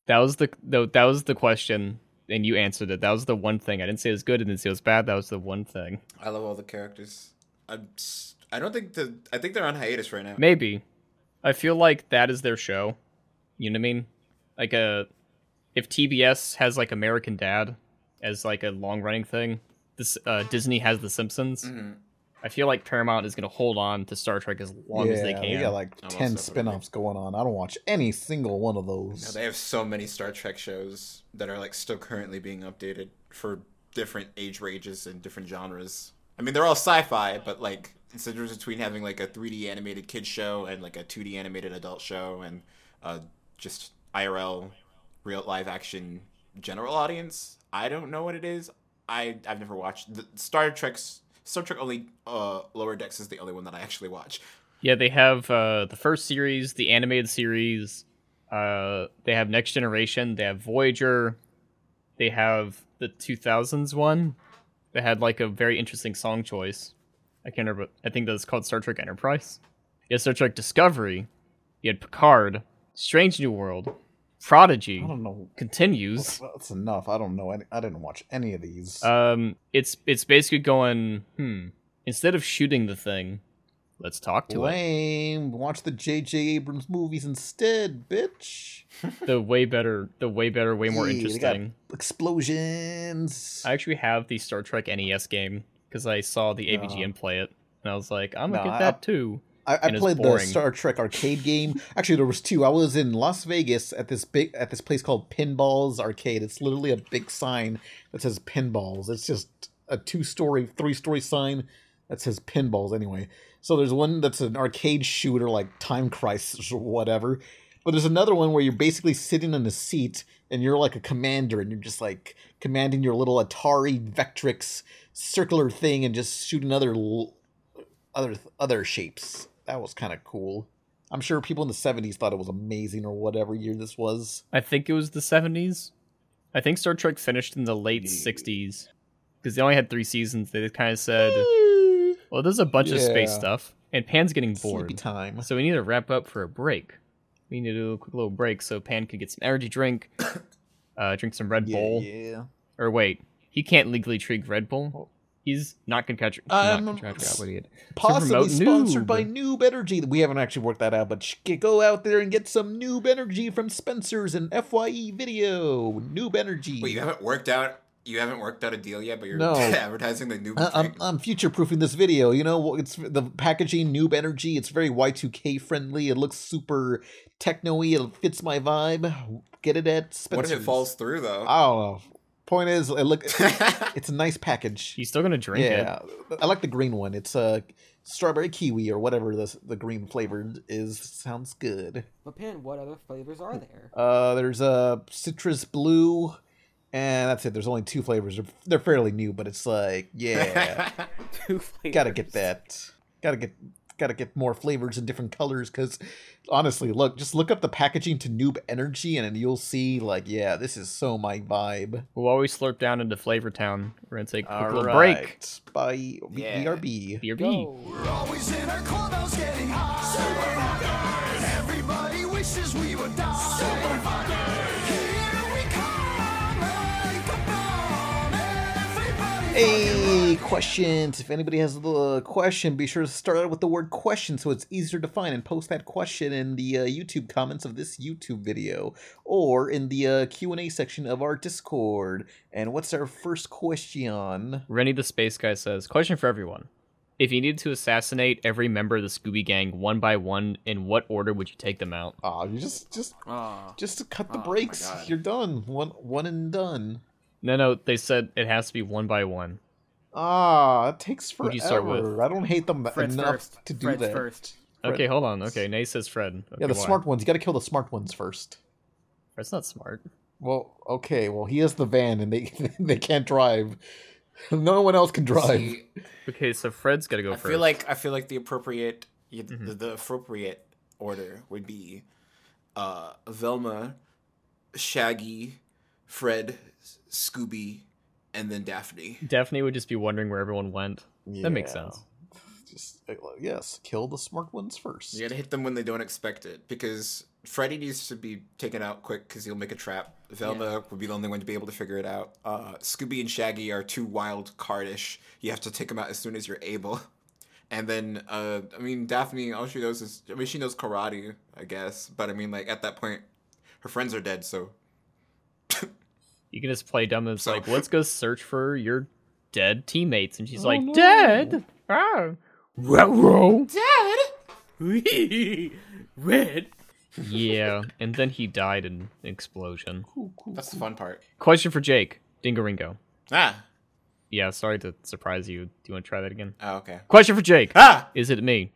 [SPEAKER 2] That was the no, that was the question, and you answered it. That was the one thing. I didn't say it was good, and didn't say it was bad. That was the one thing.
[SPEAKER 5] I love all the characters. I'm. s- I don't think the. I think they're on hiatus right now.
[SPEAKER 2] Maybe. I feel like that is their show. You know what I mean? Like a if TBS has like American Dad as like a long running thing, this uh, Disney has The Simpsons.
[SPEAKER 1] Mm.
[SPEAKER 5] Mhm.
[SPEAKER 2] I feel like Paramount is gonna hold on to Star Trek as long as they
[SPEAKER 1] Yeah,
[SPEAKER 2] can.
[SPEAKER 1] we got like
[SPEAKER 5] Almost
[SPEAKER 1] 10
[SPEAKER 5] definitely.
[SPEAKER 1] spin offs going on. I don't watch any single one of those.
[SPEAKER 5] Now, they have so many Star Trek shows that are like still currently being updated for different age ranges and different genres. I mean, they're all sci-fi, but like it's the difference between having like a 3D animated kid show and like a 2D animated adult show and uh, just IRL, real live action general audience. I don't know what it is. I I've never watched the Star Trek's Star Trek only uh, Lower Decks is the only one that I actually watch.
[SPEAKER 2] Yeah, they have uh, the first series, the animated series. Uh, they have Next Generation. They have Voyager. They have the 2000s one. They had like a very interesting song choice. I can't remember. I think that's called Star Trek Enterprise. Yeah, Star Trek Discovery. You had Picard, Strange New World, Prodigy.
[SPEAKER 1] I don't know.
[SPEAKER 2] Continues.
[SPEAKER 1] Well, That's enough. I don't know. Any, I didn't watch any of these.
[SPEAKER 2] Um, it's it's basically going. Hmm. Instead of shooting the thing, let's talk to it.
[SPEAKER 1] Lame. Watch the J.J. Abrams movies instead, bitch.
[SPEAKER 2] The way better, the way better, way more
[SPEAKER 1] Yeah, they got
[SPEAKER 2] interesting.
[SPEAKER 1] Explosions.
[SPEAKER 2] I actually have the Star Trek NES game because I saw the
[SPEAKER 1] No.
[SPEAKER 2] AVGN play it, and I was like, I'm gonna
[SPEAKER 1] No,
[SPEAKER 2] get
[SPEAKER 1] I-
[SPEAKER 2] that too.
[SPEAKER 1] I, I
[SPEAKER 2] and it's
[SPEAKER 1] played the
[SPEAKER 2] boring.
[SPEAKER 1] Star Trek arcade game. Actually, there was two. I was in Las Vegas at this big at this place called Pinballs Arcade. It's literally a big sign that says Pinballs. It's just a two story, three story sign that says Pinballs. Anyway, so there's one that's an arcade shooter like Time Crisis or whatever. But there's another one where you're basically sitting in a seat and you're like a commander and you're just like commanding your little Atari Vectrix circular thing and just shooting other l- other other shapes. That was kind of cool. I'm sure people in the 70s thought it was amazing or whatever year this was.
[SPEAKER 2] I think it was the 70s. I think Star Trek finished in the late 60s because they only had three seasons. They kind of said, "Well, there's a bunch of space
[SPEAKER 1] Yeah.
[SPEAKER 2] stuff, and Pan's getting
[SPEAKER 1] Sleepy
[SPEAKER 2] bored,
[SPEAKER 1] time.
[SPEAKER 2] so we need to wrap up for a break. We need to do a quick little break so Pan could get some energy drink, uh, drink some Red
[SPEAKER 1] Yeah,
[SPEAKER 2] Bull,
[SPEAKER 1] yeah.
[SPEAKER 2] or wait, he can't legally drink Red Bull. He's not contractual.
[SPEAKER 1] Oh. Um,
[SPEAKER 2] not contractual obligated. to
[SPEAKER 1] Possibly
[SPEAKER 2] promote
[SPEAKER 1] sponsored by
[SPEAKER 2] Noob.
[SPEAKER 1] Noob Energy. We haven't actually worked that out, but sh- go out there and get some Noob Energy from Spencer's and Fye Video. Noob Energy.
[SPEAKER 5] Wait, you haven't worked out you haven't worked out a deal yet, but you're
[SPEAKER 1] No.
[SPEAKER 5] advertising the new
[SPEAKER 1] I- I'm,
[SPEAKER 5] drink.
[SPEAKER 1] I'm future proofing this video. You know, it's the packaging, noob energy. It's very Y2K friendly. It looks super techno y. It fits my vibe. Get it at
[SPEAKER 5] What
[SPEAKER 1] Spencer's.
[SPEAKER 5] if it falls through though?
[SPEAKER 1] Oh, point is, it look, it's a nice package.
[SPEAKER 2] He's still gonna drink
[SPEAKER 1] yeah, I like the green one. It's uh, strawberry kiwi or whatever the the green flavor is. Sounds good.
[SPEAKER 6] But Pan, what other flavors
[SPEAKER 2] Hm.
[SPEAKER 6] are there?
[SPEAKER 1] Uh, there's uh, citrus blue, and that's it. There's only two flavors. They're, they're fairly new, but it's like yeah.
[SPEAKER 3] Two flavors.
[SPEAKER 1] gotta get that gotta get gotta get more flavors and different colors because honestly look just look up the packaging to noob energy and you'll see like yeah this is so my vibe
[SPEAKER 2] it. We'll always slurp down into Flavor Town. We're gonna take a quick
[SPEAKER 1] All
[SPEAKER 2] little break.
[SPEAKER 1] right, bye B-
[SPEAKER 5] Yeah.
[SPEAKER 1] brb
[SPEAKER 2] BRB.
[SPEAKER 7] We're always in our clubhouse getting hot. Super fuckers. Everybody wishes we would die. Super fuckers. Here we come. Like a bomb. Everybody.
[SPEAKER 1] Hey, questions. If anybody has a question, be sure to start out with the word question so it's easier to find and post that question in the uh, YouTube comments of this YouTube video or in the uh, Q&A section of our Discord. And what's our first question?
[SPEAKER 2] Rennie the Space Guy says, Question for everyone. If you needed to assassinate every member of the Scooby Gang one by one, in what order would you take them out?
[SPEAKER 1] Ah, you just just
[SPEAKER 3] Ah.
[SPEAKER 1] just to cut the
[SPEAKER 3] Oh my
[SPEAKER 1] brakes.
[SPEAKER 5] God.
[SPEAKER 1] You're done. One one and done.
[SPEAKER 2] No, no, they said it has to be one by one.
[SPEAKER 1] Ah, it takes
[SPEAKER 2] Who'd
[SPEAKER 1] forever.
[SPEAKER 2] you start with?
[SPEAKER 1] I don't hate them
[SPEAKER 3] Fred's
[SPEAKER 1] enough
[SPEAKER 3] first.
[SPEAKER 1] to do
[SPEAKER 3] Fred's
[SPEAKER 1] that.
[SPEAKER 3] first.
[SPEAKER 1] Fred-
[SPEAKER 2] Okay, hold on. Okay, Nay says Fred. Okay,
[SPEAKER 1] Yeah, the
[SPEAKER 2] why?
[SPEAKER 1] smart ones. You got to kill the smart ones first.
[SPEAKER 2] Fred's not smart.
[SPEAKER 1] Well, okay. Well, he has the van, and they they can't drive. No one else can drive.
[SPEAKER 5] See,
[SPEAKER 2] Okay, so Fred's gotta go
[SPEAKER 5] I
[SPEAKER 2] first.
[SPEAKER 5] feel like I feel like the appropriate y- the, the appropriate order would be uh, Velma, Shaggy, Fred, S- Scooby, and then Daphne.
[SPEAKER 2] Daphne would just be wondering where everyone went. That makes
[SPEAKER 1] Yeah.
[SPEAKER 2] sense.
[SPEAKER 1] Just uh, yes, kill the smart ones first.
[SPEAKER 5] You gotta hit them when they don't expect it because Freddy needs to be taken out quick because he'll make a trap. Velma would be the only one to be able to figure it out. Uh, Scooby and Shaggy are too wild cardish. You have to take them out as soon as you're able. And then, uh, I mean, Daphne, all she knows is, I mean, she knows karate, I guess. But I mean, like, at that point, her friends are dead, so.
[SPEAKER 2] You can just play dumb and it's
[SPEAKER 5] So-
[SPEAKER 2] like, let's go search for your dead teammates. And she's like, Dead? Ah. Ruh-roh."
[SPEAKER 3] Red.
[SPEAKER 2] yeah, and then he died in an explosion.
[SPEAKER 5] That's the fun part.
[SPEAKER 2] Question for Jake. Dingaringo.
[SPEAKER 5] Ah!
[SPEAKER 2] Yeah, sorry to surprise you. Do you want to try that again?
[SPEAKER 5] Oh, okay.
[SPEAKER 2] Question for Jake.
[SPEAKER 5] Ah!
[SPEAKER 2] Is it me?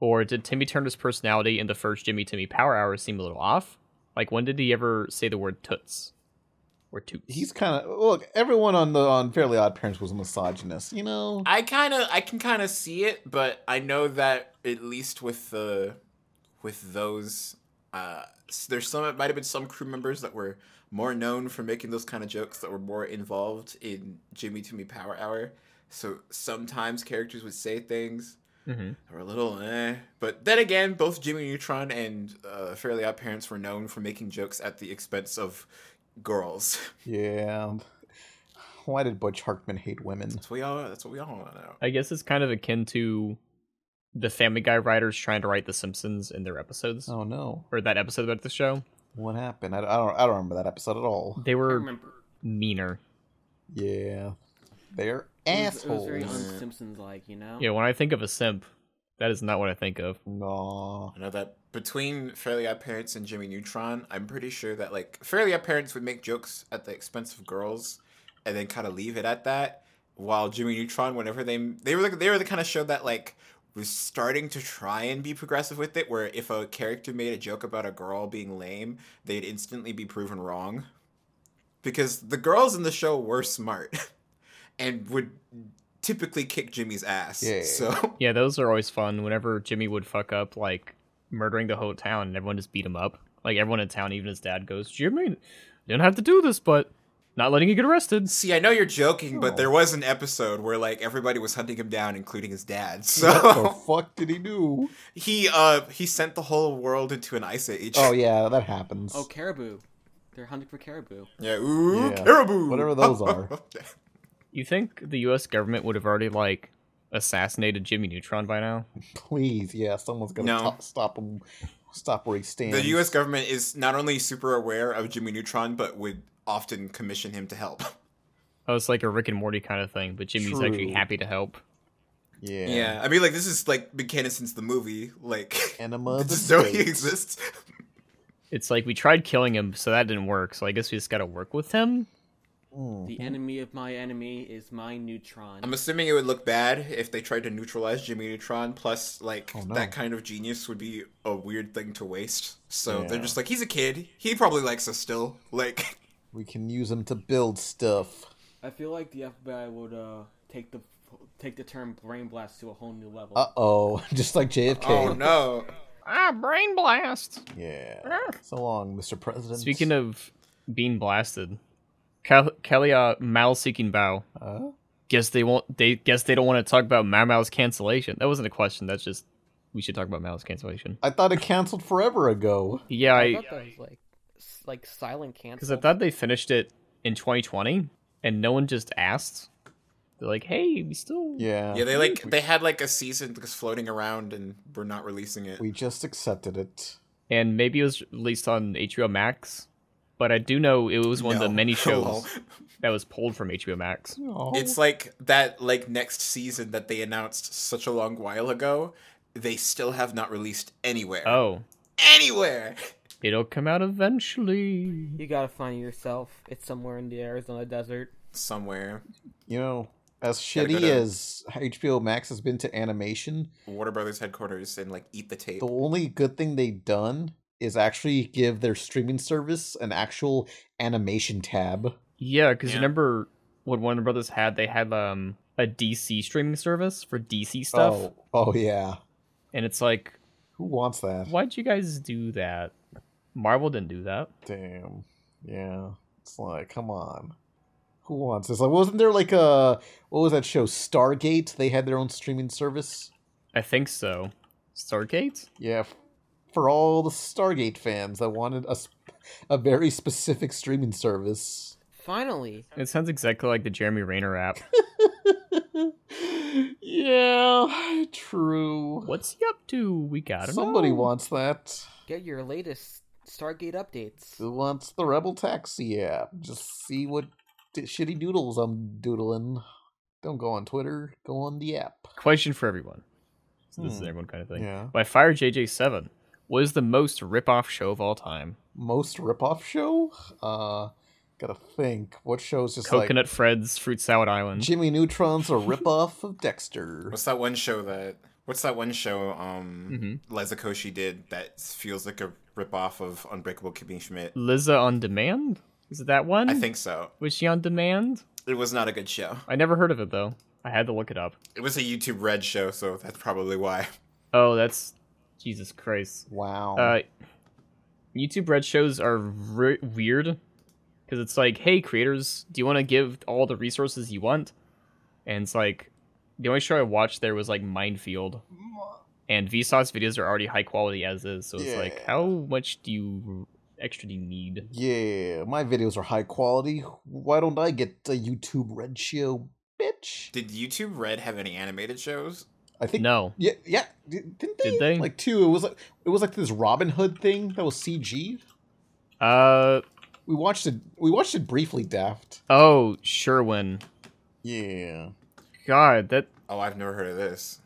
[SPEAKER 2] Or did Timmy Turner's personality in the first Jimmy Timmy Power Hour seem a little off? Like, when did he ever say the word toots? Or toots?
[SPEAKER 1] He's kind of look. Everyone on the on Fairly Odd Parents was a misogynist. You know.
[SPEAKER 5] I kind of I can kind of see it, but I know that at least with the with those uh s- there's some it might have been some crew members that were more known for making those kind of jokes that were more involved in Jimmy to Me Power Hour. So sometimes characters would say things
[SPEAKER 2] Mm-hmm.
[SPEAKER 5] that were a little eh, but then again, both Jimmy Neutron and uh, Fairly Odd Parents were known for making jokes at the expense of girls.
[SPEAKER 1] yeah. Why did Butch Hartman hate women?
[SPEAKER 5] That's what we all. That's what we all want to know.
[SPEAKER 2] I guess it's kind of akin to the Family Guy writers trying to write The Simpsons in their episodes,
[SPEAKER 1] Oh no!
[SPEAKER 2] or that episode about the show.
[SPEAKER 1] What happened? I, I don't. I don't remember that episode at all.
[SPEAKER 2] They
[SPEAKER 3] I
[SPEAKER 2] were
[SPEAKER 3] remember.
[SPEAKER 2] meaner.
[SPEAKER 1] Yeah. They're
[SPEAKER 3] It was-
[SPEAKER 1] assholes.
[SPEAKER 3] It was very
[SPEAKER 5] Yeah.
[SPEAKER 3] Simpsons like, you know?
[SPEAKER 2] Yeah, when I think of a simp, that is not what I think of.
[SPEAKER 1] Nah.
[SPEAKER 5] I know that between Fairly Odd Parents and Jimmy Neutron, I'm pretty sure that like Fairly Odd Parents would make jokes at the expense of girls, and then kind of leave it at that. While Jimmy Neutron, whenever they they were like they were the kind of show that like was starting to try and be progressive with it, where if a character made a joke about a girl being lame, they'd instantly be proven wrong, because the girls in the show were smart, and would typically kick Jimmy's ass.
[SPEAKER 1] Yeah.
[SPEAKER 5] So
[SPEAKER 2] Yeah, those are always fun. Whenever Jimmy would fuck up, like murdering the whole town, and everyone just beat him up. Like everyone in town, even his dad goes, "Jimmy, you didn't have to do this, but not letting you get arrested."
[SPEAKER 5] See, I know you're joking, but there was an episode where like everybody was hunting him down, including his dad.
[SPEAKER 1] What the
[SPEAKER 5] So
[SPEAKER 1] fuck did he do?
[SPEAKER 5] he uh he sent the whole world into an ice age.
[SPEAKER 1] Oh yeah, that happens.
[SPEAKER 3] Oh, caribou. They're hunting for caribou.
[SPEAKER 5] yeah, ooh,
[SPEAKER 1] Yeah.
[SPEAKER 5] caribou,
[SPEAKER 1] Whatever those are.
[SPEAKER 2] You think the U.S. government would have already like assassinated Jimmy Neutron by now?
[SPEAKER 1] Please, yeah, someone's gonna
[SPEAKER 5] No.
[SPEAKER 1] to- stop him. Stop where he stands.
[SPEAKER 5] The U.S. government is not only super aware of Jimmy Neutron, but would often commission him to help.
[SPEAKER 2] Oh, it's like a Rick and Morty kind of thing, but Jimmy's actually
[SPEAKER 1] True.
[SPEAKER 2] happy to help.
[SPEAKER 1] Yeah.
[SPEAKER 5] Yeah. I mean, like this is like been canon since the movie. Like,
[SPEAKER 1] Enema of the
[SPEAKER 5] just know he
[SPEAKER 1] States.
[SPEAKER 5] exists.
[SPEAKER 2] It's like we tried killing him, so that didn't work. So I guess we just gotta work with him.
[SPEAKER 6] Mm-hmm.
[SPEAKER 3] The enemy of my enemy is my neutron.
[SPEAKER 5] I'm assuming it would look bad if they tried to neutralize Jimmy Neutron. Plus, like
[SPEAKER 1] Oh, no.
[SPEAKER 5] that kind of genius would be a weird thing to waste. So
[SPEAKER 1] Yeah.
[SPEAKER 5] they're just like, he's a kid. He probably likes us still. Like,
[SPEAKER 1] We can use him to build stuff.
[SPEAKER 3] I feel like the FBI would uh, take the take the term brain blast to a whole new level.
[SPEAKER 1] Uh oh, just like JFK.
[SPEAKER 5] oh no.
[SPEAKER 2] Ah, brain blast.
[SPEAKER 1] Yeah. So long, Mr. President.
[SPEAKER 2] Speaking of being blasted, Kel- Kelly uh, Mal seeking bow.
[SPEAKER 1] Huh?
[SPEAKER 2] Guess they won't. They guess they don't want to talk about Mao Mao's cancellation. That wasn't a question. That's just we should talk about Mao's cancellation.
[SPEAKER 1] I thought it canceled forever ago.
[SPEAKER 2] Yeah,
[SPEAKER 6] I
[SPEAKER 2] I
[SPEAKER 6] thought that was like, s- like silent
[SPEAKER 2] because
[SPEAKER 6] cancel.
[SPEAKER 2] I thought they finished it in 2020, and no one just asked. They're like, "Hey, we still
[SPEAKER 1] Yeah.
[SPEAKER 5] Yeah, they like they had like a season just floating around, and we're not releasing it.
[SPEAKER 1] We just accepted it.
[SPEAKER 2] and maybe it was released on HBO Max, but I do know it was one of
[SPEAKER 5] No.
[SPEAKER 2] the many shows
[SPEAKER 5] Lol.
[SPEAKER 1] Oh.
[SPEAKER 2] that was pulled from HBO Max.
[SPEAKER 5] It's like that like next season that they announced such a long while ago. They still have not released anywhere.
[SPEAKER 2] Oh,
[SPEAKER 5] Anywhere.
[SPEAKER 2] it'll come out eventually.
[SPEAKER 6] you gotta find it yourself. It's somewhere in the Arizona desert.
[SPEAKER 5] Somewhere.
[SPEAKER 1] You know, as
[SPEAKER 5] Gotta go
[SPEAKER 1] shitty
[SPEAKER 5] to-
[SPEAKER 1] as HBO Max has been to animation,
[SPEAKER 5] Warner Brothers headquarters and like eat the tape.
[SPEAKER 1] the only good thing they've done is actually give their streaming service an actual animation tab.
[SPEAKER 2] Yeah, because
[SPEAKER 5] Yeah.
[SPEAKER 2] remember what Warner Brothers had? They had um a DC streaming service for DC stuff,
[SPEAKER 1] Oh, oh yeah.
[SPEAKER 2] and it's like,
[SPEAKER 1] Who wants that?
[SPEAKER 2] why'd you guys do that? Marvel didn't do that.
[SPEAKER 1] Damn. Yeah. It's like, come on. Who wants this? Like, wasn't there like a what was that show? Stargate. They had their own streaming service.
[SPEAKER 2] I think so. Stargate.
[SPEAKER 1] Yeah, f- for all the Stargate fans that wanted a sp- a very specific streaming service.
[SPEAKER 6] Finally,
[SPEAKER 2] It sounds exactly like the Jeremy Rayner app.
[SPEAKER 1] yeah, true.
[SPEAKER 2] What's he up to? We got him.
[SPEAKER 1] Somebody wants that.
[SPEAKER 6] get your latest Stargate updates.
[SPEAKER 1] Who wants the Rebel Taxi app? Just see what d- shitty doodles I'm doodling. Don't go on Twitter. Go on the app.
[SPEAKER 2] Question for everyone. So this is
[SPEAKER 1] Hmm.
[SPEAKER 2] everyone kind of thing.
[SPEAKER 1] Yeah.
[SPEAKER 2] By Fire JJ Seven, what is the most rip-off show of all time?
[SPEAKER 1] Most ripoff show. Uh, gotta think. What show's just like
[SPEAKER 2] Coconut Fred's Fruit Salad Island.
[SPEAKER 1] Jimmy Neutron's a ripoff of Dexter?
[SPEAKER 5] What's that one show that? What's that one show um
[SPEAKER 2] Mhm.
[SPEAKER 5] Liza Koshy did that feels like a ripoff of Unbreakable Kimmy Schmidt?
[SPEAKER 2] Liza on Demand. Is it that one?
[SPEAKER 5] I think so.
[SPEAKER 2] Was she on Demand?
[SPEAKER 5] It was not a good show.
[SPEAKER 2] I never heard of it though. I had to look it up.
[SPEAKER 5] It was a YouTube Red show, so that's probably why.
[SPEAKER 2] Oh, that's Jesus Christ.
[SPEAKER 1] Wow.
[SPEAKER 2] Uh, YouTube Red shows are re- weird because it's like, hey, creators, do you want to give all the resources you want? And it's like, the only show I watched there was like Minefield, and Vsauce videos are already high quality as is. So it's like,
[SPEAKER 1] Yeah.
[SPEAKER 2] how much do you extra do you need?
[SPEAKER 1] Yeah, my videos are high quality. Why don't I get a YouTube Red Show, bitch?
[SPEAKER 5] Did YouTube Red have any animated shows?
[SPEAKER 1] I think
[SPEAKER 2] No,
[SPEAKER 1] Yeah, yeah. di- Didn't they?
[SPEAKER 2] Did they?
[SPEAKER 1] Like two. It was like it was like this Robin Hood thing that was CG.
[SPEAKER 2] uh,
[SPEAKER 1] We watched it. We watched it briefly. Daft.
[SPEAKER 2] oh, Sherwin,
[SPEAKER 1] Yeah.
[SPEAKER 2] God, that
[SPEAKER 5] Oh, I've never heard of this.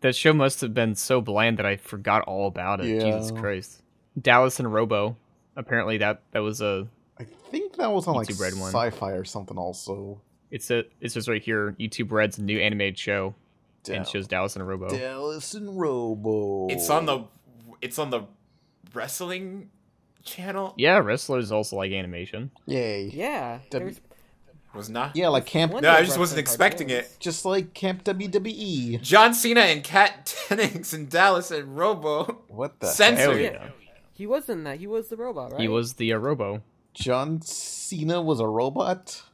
[SPEAKER 2] That show must have been so bland that I forgot all about it. Jesus
[SPEAKER 1] Yeah.
[SPEAKER 2] Christ. Dallas and Robo. Apparently that that was a
[SPEAKER 1] I think that was on like
[SPEAKER 2] YouTube Red one.
[SPEAKER 1] sci-fi or something. Also,
[SPEAKER 2] it's a it says right here YouTube Red's new animated show and it shows Dallas and Robo.
[SPEAKER 1] Dallas and Robo.
[SPEAKER 5] It's on the it's on the wrestling channel.
[SPEAKER 2] Yeah, wrestlers also like animation.
[SPEAKER 1] yay.
[SPEAKER 6] Yeah,
[SPEAKER 1] Yeah, W-
[SPEAKER 6] there's
[SPEAKER 5] Was not.
[SPEAKER 1] yeah like camp.
[SPEAKER 6] one
[SPEAKER 5] No, I
[SPEAKER 6] of
[SPEAKER 5] just wasn't
[SPEAKER 6] wrestling
[SPEAKER 5] expecting it.
[SPEAKER 6] cartoons.
[SPEAKER 1] Just like Camp E. WWE.
[SPEAKER 5] John Cena and Kat Dennings and Dallas and Robo.
[SPEAKER 1] What the?
[SPEAKER 5] Censored.
[SPEAKER 1] heck?
[SPEAKER 2] Hell yeah.
[SPEAKER 6] Yeah. He was in that. He was the robot, right?
[SPEAKER 2] He was the uh, Robo.
[SPEAKER 1] John Cena was a robot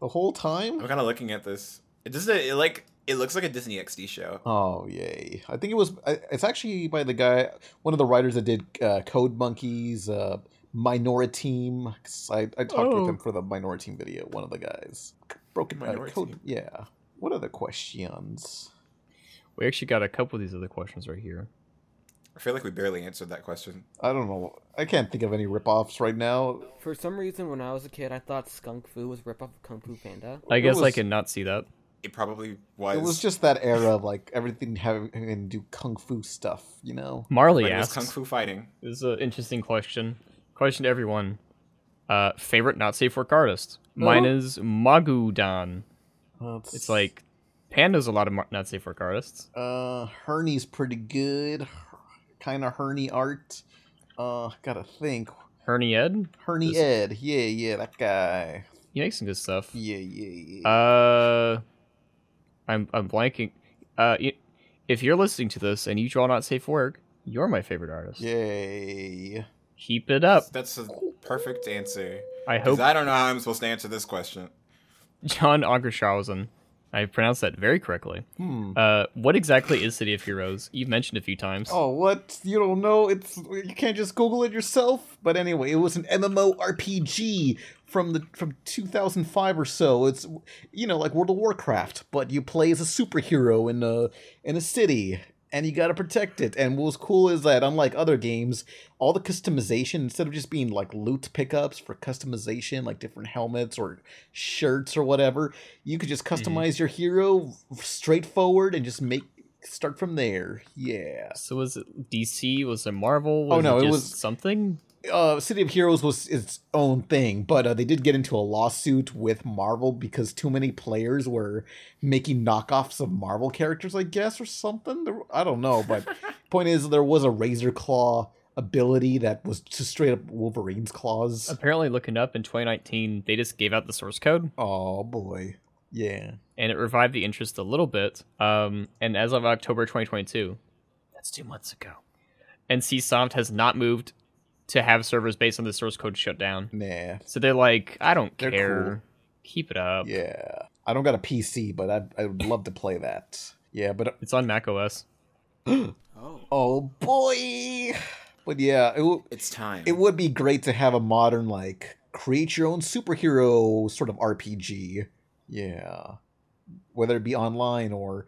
[SPEAKER 1] the whole time.
[SPEAKER 5] I'm kind of looking at this. It doesn't. It like. It looks like a Disney XD show.
[SPEAKER 1] Oh yay! I think it was. I- It's actually by the guy, one of the writers that did uh, Code Monkeys, uh, Minora Team. 'cause I, I talked
[SPEAKER 2] Oh.
[SPEAKER 1] with him for the Minora Team video. One of the guys. Broken uh,
[SPEAKER 5] Minority.
[SPEAKER 1] code. Yeah. What are the questions?
[SPEAKER 2] We actually got a couple of these other questions right here.
[SPEAKER 5] I feel like we barely answered that question.
[SPEAKER 1] I don't know. I can't think of any ripoffs right now.
[SPEAKER 6] For some reason, when I was a kid, I thought Skunk Fu was a ripoff of Kung Fu Panda.
[SPEAKER 2] I
[SPEAKER 1] It
[SPEAKER 2] guess I
[SPEAKER 1] was-
[SPEAKER 2] can not see that.
[SPEAKER 5] It probably was.
[SPEAKER 1] It was just that era of like everything having to do kung fu stuff, you know?
[SPEAKER 2] Marley
[SPEAKER 5] but it was
[SPEAKER 2] asks.
[SPEAKER 5] kung fu fighting.
[SPEAKER 2] This is an interesting question. Question to everyone. Uh, favorite not safe work artist. Mine is Magudan.
[SPEAKER 1] That's-
[SPEAKER 2] It's like Panda's a lot of mar- not safe work artists.
[SPEAKER 1] uh Herney's pretty good. Kind of Herney art. Uh gotta think.
[SPEAKER 2] Ernie Ed,
[SPEAKER 1] Herney
[SPEAKER 2] This-
[SPEAKER 1] Ed. Yeah, yeah, that guy.
[SPEAKER 2] he makes some good stuff.
[SPEAKER 1] Yeah, yeah, yeah.
[SPEAKER 2] Uh, I'm I'm blanking. Uh, y- if you're listening to this and you draw not safe work, you're my favorite artist.
[SPEAKER 1] Yay.
[SPEAKER 2] Keep it up.
[SPEAKER 5] That's a perfect answer.
[SPEAKER 2] I
[SPEAKER 5] 'Cause
[SPEAKER 2] hope
[SPEAKER 5] I don't know how I'm supposed to answer this question.
[SPEAKER 2] John Augershausen. I pronounced that very correctly.
[SPEAKER 1] Hmm.
[SPEAKER 2] Uh, what exactly is City of Heroes? You've mentioned a few times.
[SPEAKER 1] Oh, what? You don't know? It's you can't just Google it yourself. But anyway, it was an MMORPG from the from 2005 or so. It's you know like World of Warcraft, but you play as a superhero in a in a city, and you gotta protect it. And what was cool is that unlike other games, all the customization instead of just being like loot pickups for customization, like different helmets or shirts or whatever, you could just customize your hero straightforward and just make start from there. Yeah.
[SPEAKER 2] So was it DC? Was it Marvel?
[SPEAKER 1] Oh,
[SPEAKER 2] Was
[SPEAKER 1] no,
[SPEAKER 2] it,
[SPEAKER 1] it
[SPEAKER 2] just
[SPEAKER 1] was-
[SPEAKER 2] something.
[SPEAKER 1] uh, City of Heroes was its own thing, but uh, they did get into a lawsuit with Marvel because too many players were making knockoffs of Marvel characters, I guess, or something. There- I don't know, but point is, there was a Razor Claw ability that was just straight up Wolverine's claws.
[SPEAKER 2] Apparently, looking up in 2019, they just gave out the source code,
[SPEAKER 1] Oh boy, yeah.
[SPEAKER 2] and it revived the interest a little bit. Um, and as of October 2022, that's two months ago, NCSoft has not moved to have servers based on the source code shut down.
[SPEAKER 1] Nah,
[SPEAKER 2] So they're like, I don't
[SPEAKER 1] They're
[SPEAKER 2] care.
[SPEAKER 1] cool.
[SPEAKER 2] Keep it up.
[SPEAKER 1] yeah. I don't got a PC, but I I would love to play that. Yeah, but
[SPEAKER 2] It's on Mac OS.
[SPEAKER 1] oh boy, but yeah, it, wa-
[SPEAKER 5] It's time.
[SPEAKER 1] it would be great to have a modern like create your own superhero sort of RPG. Yeah. Whether it be online or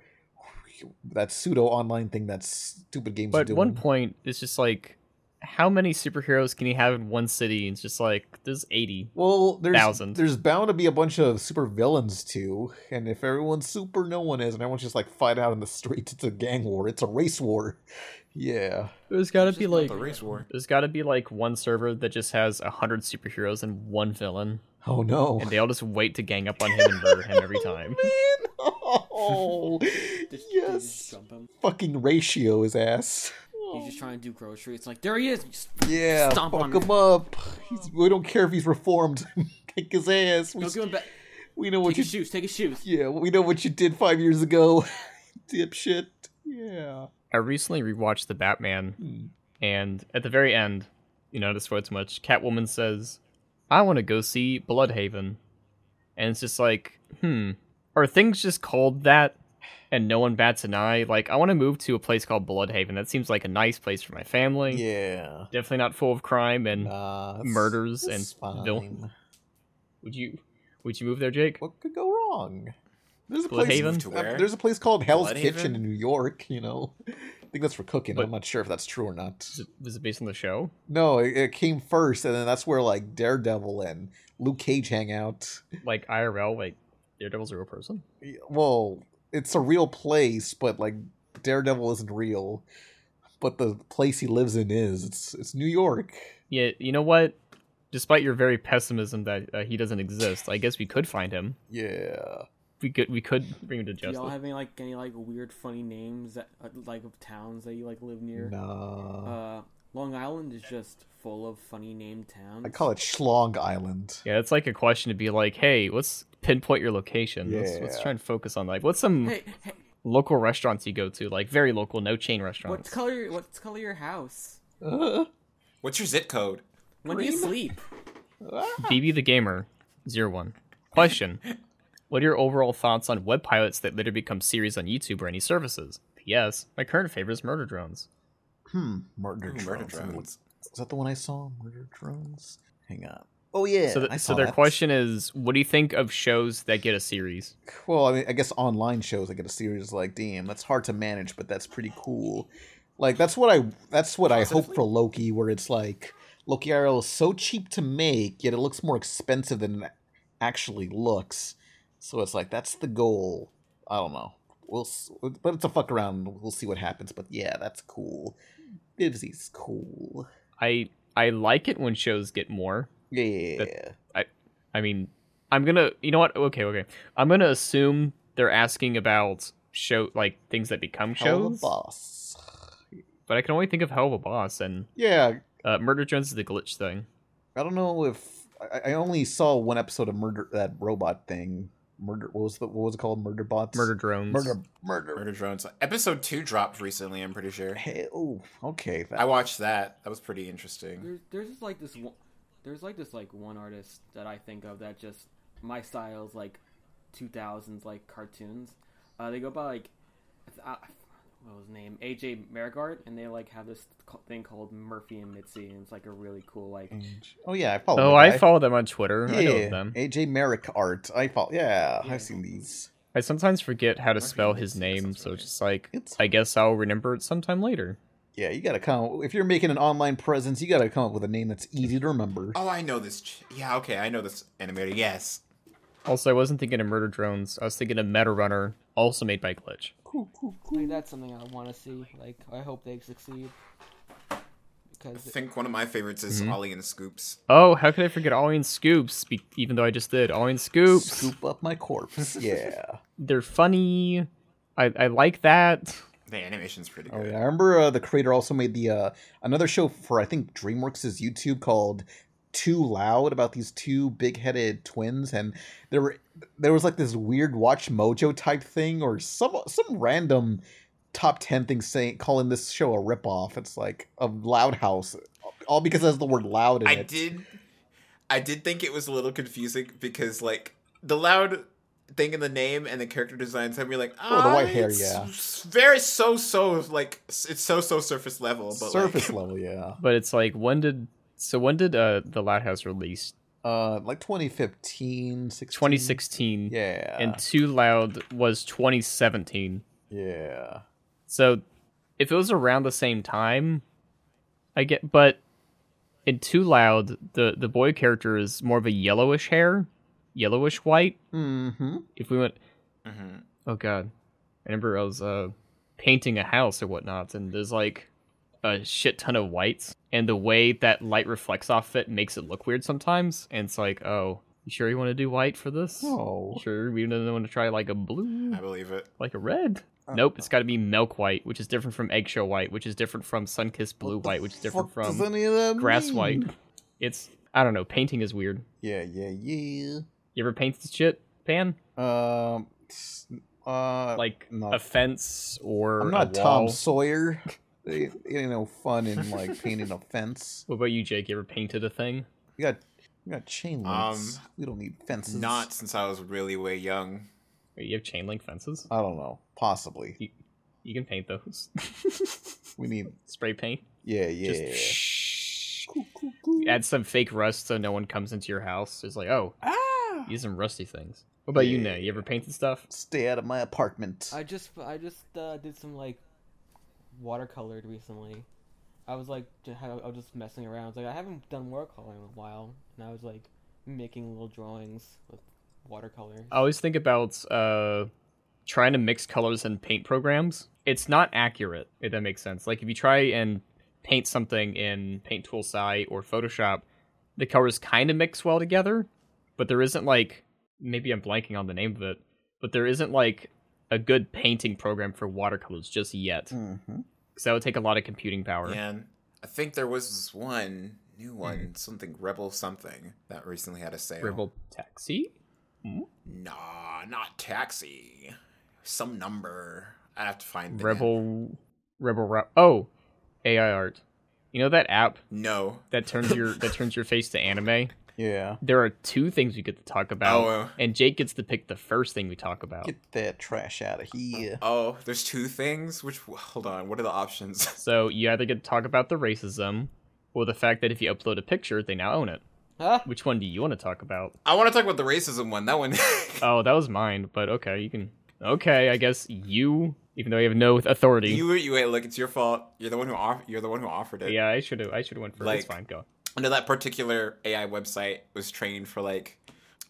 [SPEAKER 1] that pseudo online thing that stupid games are
[SPEAKER 2] But at
[SPEAKER 1] doing.
[SPEAKER 2] one point, it's just like, how many superheroes can you have in one city? And it's just like, there's 80.
[SPEAKER 1] well, there's
[SPEAKER 2] Thousands.
[SPEAKER 1] there's bound to be a bunch of super villains too, and if everyone's super, no one is, and everyone's just like fight out in the streets. It's a gang war. It's a race war. Yeah.
[SPEAKER 2] There's got to be like
[SPEAKER 5] the race war.
[SPEAKER 2] There's got to be like one server that just has a hundred superheroes and one villain,
[SPEAKER 1] Oh no.
[SPEAKER 2] and they all just wait to gang up on him and murder him every time.
[SPEAKER 1] oh,
[SPEAKER 3] Just- they just
[SPEAKER 1] yes.
[SPEAKER 3] jump him.
[SPEAKER 1] Fucking ratio his ass.
[SPEAKER 3] He's just trying to do groceries. It's like there he is. Just
[SPEAKER 1] Oh. Yeah,
[SPEAKER 3] Stomp
[SPEAKER 1] fuck
[SPEAKER 3] on
[SPEAKER 1] him up. He's, we don't care if he's reformed. Kick his ass. We,
[SPEAKER 3] don't give him back.
[SPEAKER 1] we know
[SPEAKER 3] Take
[SPEAKER 1] what you.
[SPEAKER 3] his shoes. Take his shoes.
[SPEAKER 1] Yeah, we know what you did five years ago, dipshit. Yeah. Hmm.
[SPEAKER 2] I recently rewatched the Batman, and at the very end, you notice where it's much. Catwoman says, "I want to go see Bloodhaven," and it's just like, hmm, are things just called that? And no one bats an eye. Like, I want to move to a place called Bloodhaven. That seems like a nice place for my family.
[SPEAKER 1] Yeah.
[SPEAKER 2] Definitely not full of crime and
[SPEAKER 1] Nah, that's-
[SPEAKER 2] Murders and
[SPEAKER 1] that's fine.
[SPEAKER 2] vil- Would you would you move there, Jake?
[SPEAKER 1] What could go wrong? There's a
[SPEAKER 2] Bloodhaven?
[SPEAKER 1] place.
[SPEAKER 5] To
[SPEAKER 1] uh,
[SPEAKER 5] where?
[SPEAKER 1] There's a place called Hell's
[SPEAKER 5] Bloodhaven?
[SPEAKER 1] Kitchen in New York. You know, I think that's for cooking.
[SPEAKER 2] But-
[SPEAKER 1] I'm not sure if that's true or not.
[SPEAKER 2] Is it, was it based on the show?
[SPEAKER 1] No, it, it came first, and then that's where like Daredevil and Luke Cage hang out.
[SPEAKER 2] Like IRL, like Daredevil's a real person?
[SPEAKER 1] well, it's a real place, but like Daredevil isn't real, but the place he lives in is. It's it's New York.
[SPEAKER 2] Yeah, you know what? Despite your very pessimism that uh, he doesn't exist, I guess we could find him.
[SPEAKER 1] Yeah.
[SPEAKER 2] We could we could bring him to
[SPEAKER 3] Do y'all
[SPEAKER 2] justice.
[SPEAKER 3] have any like any like weird funny names that uh, like of towns that you like live near?
[SPEAKER 2] Um,
[SPEAKER 1] Nah.
[SPEAKER 3] Uh, Long Island is just full of funny named towns.
[SPEAKER 1] I call it Schlong Island.
[SPEAKER 2] Yeah, it's like a question to be like, hey, let's pinpoint your location. Let's, let's
[SPEAKER 1] Yeah.
[SPEAKER 2] try and focus on like what's some
[SPEAKER 3] Hey, hey,
[SPEAKER 2] local restaurants you go to, like very local, no chain
[SPEAKER 3] what's
[SPEAKER 2] restaurants.
[SPEAKER 3] color? your- What's color your house?
[SPEAKER 1] Uh,
[SPEAKER 5] What's your zip code?
[SPEAKER 3] When do you sleep?
[SPEAKER 2] BB the Gamer, zero one. Question. What are your overall thoughts on web pilots that later become series on YouTube or any services? P.S. My current favorite is Murder Drones.
[SPEAKER 1] hmm. Murder
[SPEAKER 5] Ooh,
[SPEAKER 1] drones.
[SPEAKER 5] murder drones.
[SPEAKER 1] Is that the one I saw? Murder drones. Hang on. Oh yeah.
[SPEAKER 2] so,
[SPEAKER 1] I
[SPEAKER 2] th- so
[SPEAKER 1] saw
[SPEAKER 2] their
[SPEAKER 1] that.
[SPEAKER 2] question is, what do you think of shows that get a series?
[SPEAKER 1] Well, I mean, I guess online shows I get a series like, damn, that's hard to manage, but that's pretty cool. Like that's what I that's what I hope for Loki, where it's like Loki Arrow is so cheap to make, yet it looks more expensive than it actually looks. So it's like that's the goal. I don't know. We'll, s- but it's a fuck around. We'll see what happens. But yeah, that's cool. Bivsy's cool.
[SPEAKER 2] I I like it when shows get more.
[SPEAKER 1] Yeah.
[SPEAKER 2] I mean, I'm gonna, you know what? Okay, okay. I'm gonna assume they're asking about show like things that become
[SPEAKER 1] Hell of a
[SPEAKER 2] shows,
[SPEAKER 1] boss.
[SPEAKER 2] but I can only think of Hell of a Boss and
[SPEAKER 1] Yeah,
[SPEAKER 2] uh, Murder Jones is the glitch thing.
[SPEAKER 1] I don't know if I, I only saw one episode of murder that robot thing. Murder what was the what was it called? Murder bots.
[SPEAKER 2] Murder drones.
[SPEAKER 1] murder murder.
[SPEAKER 5] Murder drones. Episode two dropped recently. I'm pretty sure.
[SPEAKER 1] Hey, oh, okay. That,
[SPEAKER 5] I watched that. That was pretty interesting.
[SPEAKER 6] There's there's just like this one, there's like this like one artist that I think of that just my style is like 2000s like cartoons. Uh, they go by like uh, what was his name AJ Marigard, and they like have this co- thing called Murphy and Mitzi, and it's like a really cool like
[SPEAKER 1] oh yeah, I follow.
[SPEAKER 2] Oh,
[SPEAKER 1] that
[SPEAKER 2] I
[SPEAKER 1] guy.
[SPEAKER 2] follow them on Twitter. I know
[SPEAKER 1] Yeah,
[SPEAKER 2] them.
[SPEAKER 1] AJ Merrick art. I follow. Yeah, I've seen these.
[SPEAKER 2] I sometimes forget how to
[SPEAKER 5] Murphy
[SPEAKER 2] spell
[SPEAKER 5] and
[SPEAKER 2] his
[SPEAKER 5] Mitzi, that
[SPEAKER 2] name,
[SPEAKER 5] sounds
[SPEAKER 2] so
[SPEAKER 5] familiar.
[SPEAKER 2] it's just like
[SPEAKER 1] It's-
[SPEAKER 2] I guess I'll remember it sometime later.
[SPEAKER 1] Yeah, you gotta come if you're making an online presence. You gotta come up with a name that's easy to remember.
[SPEAKER 5] Oh, I know this. Ch- yeah, okay, I know this animator. Yes,
[SPEAKER 2] Also, I wasn't thinking of Murder Drones. I was thinking of Meta Runner, also made by Glitch.
[SPEAKER 6] Like that's something I want to see. Like I hope they succeed.
[SPEAKER 5] I
[SPEAKER 6] Because
[SPEAKER 5] think one of my favorites
[SPEAKER 2] Mm-hmm.
[SPEAKER 5] is Ollie and Scoops.
[SPEAKER 2] Oh, how could I forget Ollie and Scoops? Be- even though I just did Ollie and Scoops.
[SPEAKER 1] Scoop up my corpse. Yeah.
[SPEAKER 2] They're funny. I I like that.
[SPEAKER 5] The animation's pretty
[SPEAKER 1] Oh
[SPEAKER 5] good.
[SPEAKER 1] yeah, I remember uh, the creator also made the uh, another show for I think DreamWorks' YouTube called Too Loud about these two big-headed twins, and there were there was like this weird Watch Mojo type thing or some some random top ten thing saying calling this show a ripoff. It's like a Loud House, all because it has the word loud in
[SPEAKER 5] I
[SPEAKER 1] it.
[SPEAKER 5] did, I did think it was a little confusing because like the loud thing in the name and the character designs had me like,
[SPEAKER 1] Oh, the white
[SPEAKER 5] "Ah,
[SPEAKER 1] hair,
[SPEAKER 5] it's
[SPEAKER 1] yeah.
[SPEAKER 5] s- very so so like s- it's so so surface level, but
[SPEAKER 1] Surface
[SPEAKER 5] like,
[SPEAKER 1] level, yeah.
[SPEAKER 2] But it's like when did so when did uh the Loud House release?
[SPEAKER 1] Uh, like 2015, 16?
[SPEAKER 2] 2016.
[SPEAKER 1] Yeah.
[SPEAKER 2] And Too Loud was 2017.
[SPEAKER 1] yeah.
[SPEAKER 2] So if it was around the same time, I get but in Too Loud, the the boy character is more of a yellowish hair, yellowish white.
[SPEAKER 1] Mm-hmm.
[SPEAKER 2] If we went
[SPEAKER 5] Mhm.
[SPEAKER 2] Oh god. I remember I was uh painting a house or whatnot, and there's like a shit ton of whites, and the way that light reflects off it makes it look weird sometimes. And it's like, oh, you sure you want to do white for this?
[SPEAKER 1] Oh.
[SPEAKER 2] Sure, we don't want to try like a blue,
[SPEAKER 5] I believe it.
[SPEAKER 2] like a red.
[SPEAKER 1] Uh,
[SPEAKER 2] nope, it's got to be milk white, which is different from eggshell white, which is different from sunkissed blue
[SPEAKER 1] What the
[SPEAKER 2] white, which is different
[SPEAKER 1] fuck does
[SPEAKER 2] from
[SPEAKER 1] any of that
[SPEAKER 2] grass
[SPEAKER 1] mean?
[SPEAKER 2] white. It's I don't know. Painting is weird.
[SPEAKER 1] Yeah, yeah, yeah.
[SPEAKER 2] You ever paint this shit, Pan?
[SPEAKER 1] Um, s- uh,
[SPEAKER 2] Like
[SPEAKER 1] no.
[SPEAKER 2] a fence or
[SPEAKER 1] I'm
[SPEAKER 2] a
[SPEAKER 1] not
[SPEAKER 2] wall?
[SPEAKER 1] Tom Sawyer. They ain't no fun in like painting a fence.
[SPEAKER 2] What about you, Jake? You ever painted a thing?
[SPEAKER 1] We got we got chain links.
[SPEAKER 5] Um,
[SPEAKER 1] we don't need fences.
[SPEAKER 5] Not since I was really way young.
[SPEAKER 2] Wait, you have chain link fences?
[SPEAKER 1] I don't know. Possibly.
[SPEAKER 2] You can paint those.
[SPEAKER 1] We need.
[SPEAKER 2] Spray paint.
[SPEAKER 1] Yeah, yeah.
[SPEAKER 2] Just shh. add some fake rust so no one comes into your house. It's like, oh,
[SPEAKER 1] ah!
[SPEAKER 2] use some rusty things. What about you, Nay? You ever painted stuff?
[SPEAKER 1] Stay out of my apartment.
[SPEAKER 6] I just I just uh, did some like watercolored recently. I was like j- I I was just messing around. I was like I haven't done watercoloring in a while, and I was like making little drawings with watercolor.
[SPEAKER 2] I always think about uh, trying to mix colors in paint programs. It's not accurate, if that makes sense. Like, if you try and paint something in Paint Tool Sci or Photoshop, the colors kind of mix well together, but there isn't like, maybe I'm blanking on the name of it, but there isn't like a good painting program for watercolors just yet.
[SPEAKER 1] Hmm.
[SPEAKER 2] Because
[SPEAKER 1] Mm-hmm.
[SPEAKER 2] that would take a lot of computing power.
[SPEAKER 5] And I think there was this one
[SPEAKER 1] Hmm.
[SPEAKER 5] new one, something Rebel something that recently had a sale.
[SPEAKER 2] Rebel Taxi?
[SPEAKER 5] Nah, not taxi. Some number. I have to find the name.
[SPEAKER 2] Rebel. Rebel. Ra- oh, AI art. You know that app
[SPEAKER 5] No.
[SPEAKER 2] that turns your that turns your face to anime.
[SPEAKER 1] yeah.
[SPEAKER 2] There are two things we get to talk about,
[SPEAKER 5] Oh, uh.
[SPEAKER 2] and Jake gets to pick the first thing we talk about.
[SPEAKER 1] Get that trash out of here.
[SPEAKER 5] Oh, there's two things. Which hold on, what are the options?
[SPEAKER 2] So you either get to talk about the racism, or the fact that if you upload a picture, they now own it.
[SPEAKER 3] Huh?
[SPEAKER 6] Ah!
[SPEAKER 2] Which one do you want to talk about?
[SPEAKER 5] I want to talk about the racism one. That one.
[SPEAKER 2] Oh, that was mine, but okay, you can. Okay, I guess you, even though you have no authority.
[SPEAKER 5] you were you. Hey, look, it's your fault. You're the one who off, You're the one who offered it.
[SPEAKER 2] yeah, I should have. I should have went first. it's
[SPEAKER 5] Like-
[SPEAKER 2] fine. Go.
[SPEAKER 5] I know that particular AI website was trained for like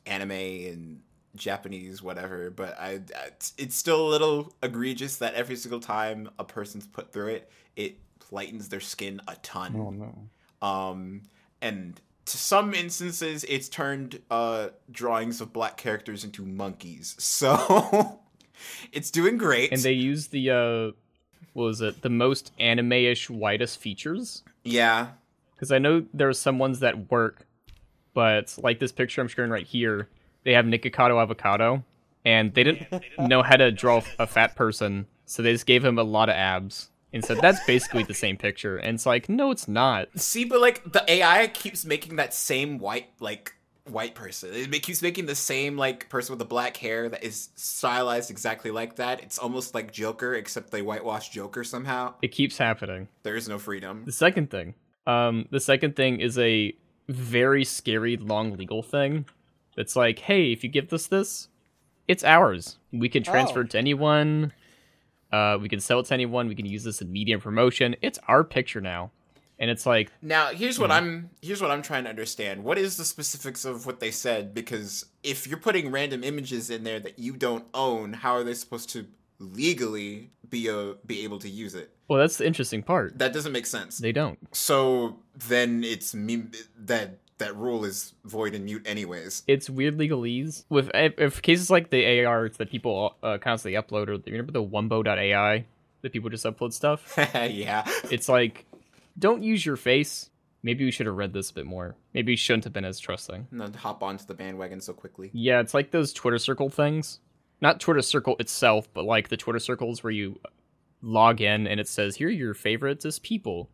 [SPEAKER 5] anime and Japanese whatever, but I, I- it's still a little egregious that every single time a person's put through it, it lightens their skin a ton.
[SPEAKER 2] Oh,
[SPEAKER 1] no.
[SPEAKER 5] um, and to some instances it's turned uh, drawings of black characters into monkeys so it's doing great
[SPEAKER 2] And they use the uh, what was it? The most anime-ish, whitest features.
[SPEAKER 5] yeah
[SPEAKER 2] Because I know there are some ones that work, but like this picture I'm showing right here, they have Nikocado Avocado, and they didn't know how to draw a fat person, so they just gave him a lot of abs. And said that's basically the same picture, and it's like, no, it's not.
[SPEAKER 5] see but like the ai keeps making that same white like white person it keeps making the same like person with the black hair that is stylized exactly like that it's almost like joker except they whitewash joker somehow
[SPEAKER 2] It keeps happening.
[SPEAKER 5] there is no freedom
[SPEAKER 2] The second thing, um, the second thing is a very scary long legal thing. That's like, hey, if you give us this, it's ours. We can transfer
[SPEAKER 3] Oh.
[SPEAKER 2] it to anyone. Uh, we can sell it to anyone. We can use this in media and promotion. It's our picture now, and it's like
[SPEAKER 5] Now, here's what
[SPEAKER 2] Mm-hmm.
[SPEAKER 5] I'm here's what I'm trying to understand. What is the specifics of what they said? Because if you're putting random images in there that you don't own, how are they supposed to legally be a, be able to use it?
[SPEAKER 2] Well, that's the interesting part.
[SPEAKER 5] That doesn't make sense.
[SPEAKER 2] They don't.
[SPEAKER 5] so then it's me that that rule is void and mute anyways.
[SPEAKER 2] It's weird legalese with if, if cases like the ARs that people uh, constantly upload, or you remember the Wumbo.ai that people just upload stuff.
[SPEAKER 5] yeah.
[SPEAKER 2] it's like, don't use your face. Maybe we should have read this a bit more. Maybe we shouldn't have been as trusting.
[SPEAKER 5] Not hop onto the bandwagon so quickly.
[SPEAKER 2] Yeah, it's like those Twitter circle things. Not Twitter circle itself, but like the Twitter circles where you log in and it says, here are your favorites as people.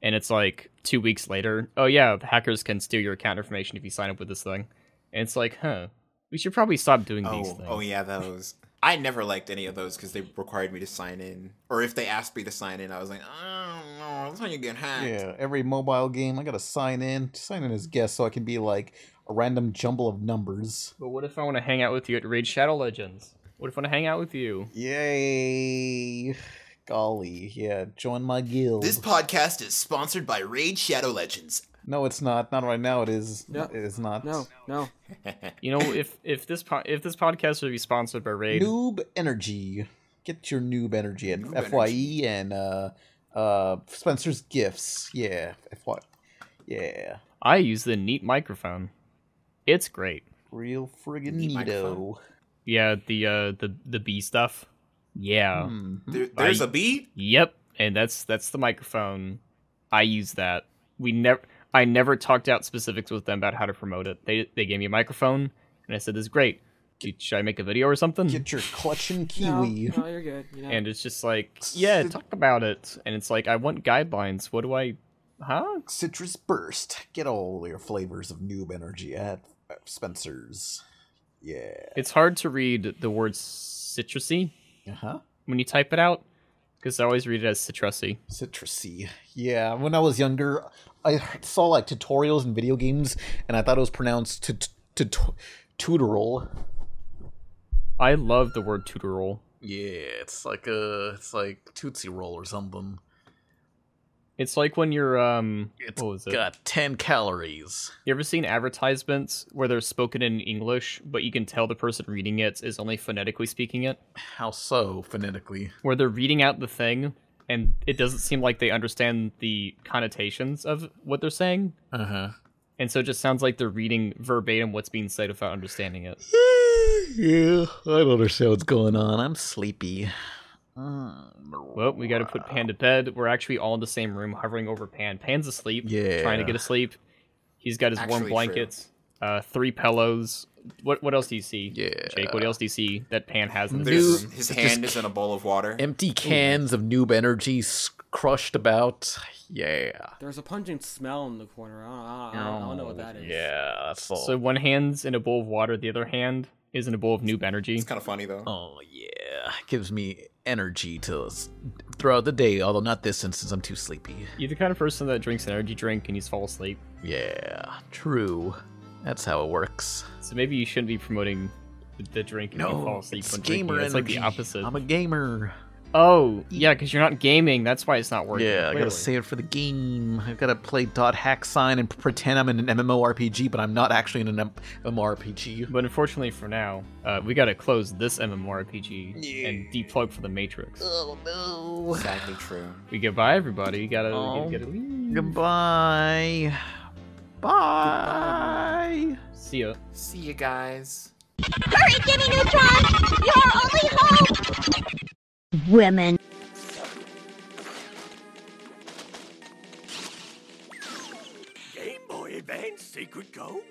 [SPEAKER 2] And it's like two weeks later, oh yeah, hackers can steal your account information if you sign up with this thing. And it's like, huh, we should probably stop doing these
[SPEAKER 5] Oh,
[SPEAKER 2] things.
[SPEAKER 5] oh yeah, those. I never liked any of those because they required me to sign in, or if they asked me to sign in, I was like, I don't know. That's how you get hacked.
[SPEAKER 1] Yeah, every mobile game, I gotta sign in, sign in as guest, so I can be like a random jumble of numbers.
[SPEAKER 2] But what if I want to hang out with you at Raid Shadow Legends? What if I want to hang out with you?
[SPEAKER 1] Yay! Golly, yeah, join my guild.
[SPEAKER 5] This podcast is sponsored by Raid Shadow Legends.
[SPEAKER 1] no, it's not. Not right now. It is.
[SPEAKER 6] No.
[SPEAKER 1] It is not.
[SPEAKER 6] No, no.
[SPEAKER 2] You know, if if this po- if this podcast would be sponsored by Raid,
[SPEAKER 1] Noob energy. Get your noob energy at
[SPEAKER 5] Noob
[SPEAKER 1] Fye E and uh, uh, Spencer's gifts. Yeah, Fye. Yeah,
[SPEAKER 2] I use the Neat microphone. It's great.
[SPEAKER 1] real friggin'
[SPEAKER 5] Neat
[SPEAKER 1] neato.
[SPEAKER 5] microphone.
[SPEAKER 2] Yeah, the uh the the B stuff. Yeah.
[SPEAKER 1] Hmm.
[SPEAKER 5] There, there's a bee?
[SPEAKER 2] Yep. And that's that's the microphone. I use that. We never I never talked out specifics with them about how to promote it. They they gave me a microphone and I said this is great. Do- Should I make a video or something?
[SPEAKER 1] Get your clutching
[SPEAKER 6] No,
[SPEAKER 1] kiwi.
[SPEAKER 6] no, you're good. You know,
[SPEAKER 2] And it's just like, yeah, talk about it. And it's like I want guidelines. What do I Huh?
[SPEAKER 1] Citrus burst. Get all your flavors of noob energy at F- Spencer's. Yeah.
[SPEAKER 2] It's hard to read the word citrusy
[SPEAKER 1] Uh huh.
[SPEAKER 2] when you type it out because I always read it as citrusy.
[SPEAKER 1] Citrusy. Yeah. When I was younger, I saw like tutorials in video games, and I thought it was pronounced tut- tut- tutoral.
[SPEAKER 2] I love the word tutoral.
[SPEAKER 1] Yeah, it's like a it's like Tootsie Roll or something.
[SPEAKER 2] It's like when you're um what was it?
[SPEAKER 1] ten calories.
[SPEAKER 2] You ever seen advertisements where they're spoken in English, but you can tell the person reading it is only phonetically speaking it?
[SPEAKER 1] How so phonetically?
[SPEAKER 2] Where they're reading out the thing and it doesn't seem like they understand the connotations of what they're saying.
[SPEAKER 1] Uh huh.
[SPEAKER 2] And so it just sounds like they're reading verbatim what's being said without understanding it.
[SPEAKER 1] Yeah, I don't understand what's going on. I'm sleepy. Mm,
[SPEAKER 2] Well, we gotta put Pan to bed. We're actually all in the same room hovering over Pan. Pan's asleep,
[SPEAKER 1] Yeah.
[SPEAKER 2] trying to get asleep. He's got his warm
[SPEAKER 5] Actually true.
[SPEAKER 2] blankets, uh, three pillows. What what else do you see?
[SPEAKER 1] Yeah.
[SPEAKER 2] Jake, what else do you see that Pan has in his room?
[SPEAKER 5] There's,
[SPEAKER 1] Noob.
[SPEAKER 5] his
[SPEAKER 1] Just-
[SPEAKER 5] hand is in a bowl of water.
[SPEAKER 1] Empty cans of noob energy s- crushed about. Yeah.
[SPEAKER 6] there's a pungent smell in the Ah, corner. I don't, I don't, I don't know what that is.
[SPEAKER 1] Yeah, that's all.
[SPEAKER 2] So one hand's in a bowl of water, the other hand is in a bowl of noob energy.
[SPEAKER 5] It's kind of funny though.
[SPEAKER 1] Oh yeah, gives me energy to s- throughout the day. Although not this instance, I'm too sleepy.
[SPEAKER 2] You're the kind of person that drinks an energy drink and you just fall asleep.
[SPEAKER 1] Yeah, true. That's how it works.
[SPEAKER 2] So maybe you shouldn't be promoting the drink and you fall
[SPEAKER 1] No,
[SPEAKER 2] asleep
[SPEAKER 1] it's
[SPEAKER 2] when
[SPEAKER 1] gamer
[SPEAKER 2] drinking.
[SPEAKER 1] energy.
[SPEAKER 2] It's like the opposite.
[SPEAKER 1] I'm a gamer.
[SPEAKER 2] Oh, yeah, because you're not gaming. That's why it's not working.
[SPEAKER 1] Yeah, I
[SPEAKER 2] clearly.
[SPEAKER 1] gotta save it for the game. I gotta play dot hack sign and pretend I'm in an MMORPG, but I'm not actually in an M- MMORPG.
[SPEAKER 2] But unfortunately for now, uh, we gotta close this MMORPG and deplug for the Matrix.
[SPEAKER 5] Exactly true.
[SPEAKER 2] We goodbye, everybody. You gotta,
[SPEAKER 1] Oh.
[SPEAKER 2] you gotta
[SPEAKER 1] Goodbye. Bye.
[SPEAKER 2] see ya.
[SPEAKER 5] See you guys.
[SPEAKER 4] Hurry, Jimmy Neutron! You're our only hope! Women.
[SPEAKER 7] Game Boy Advance Secret Gold.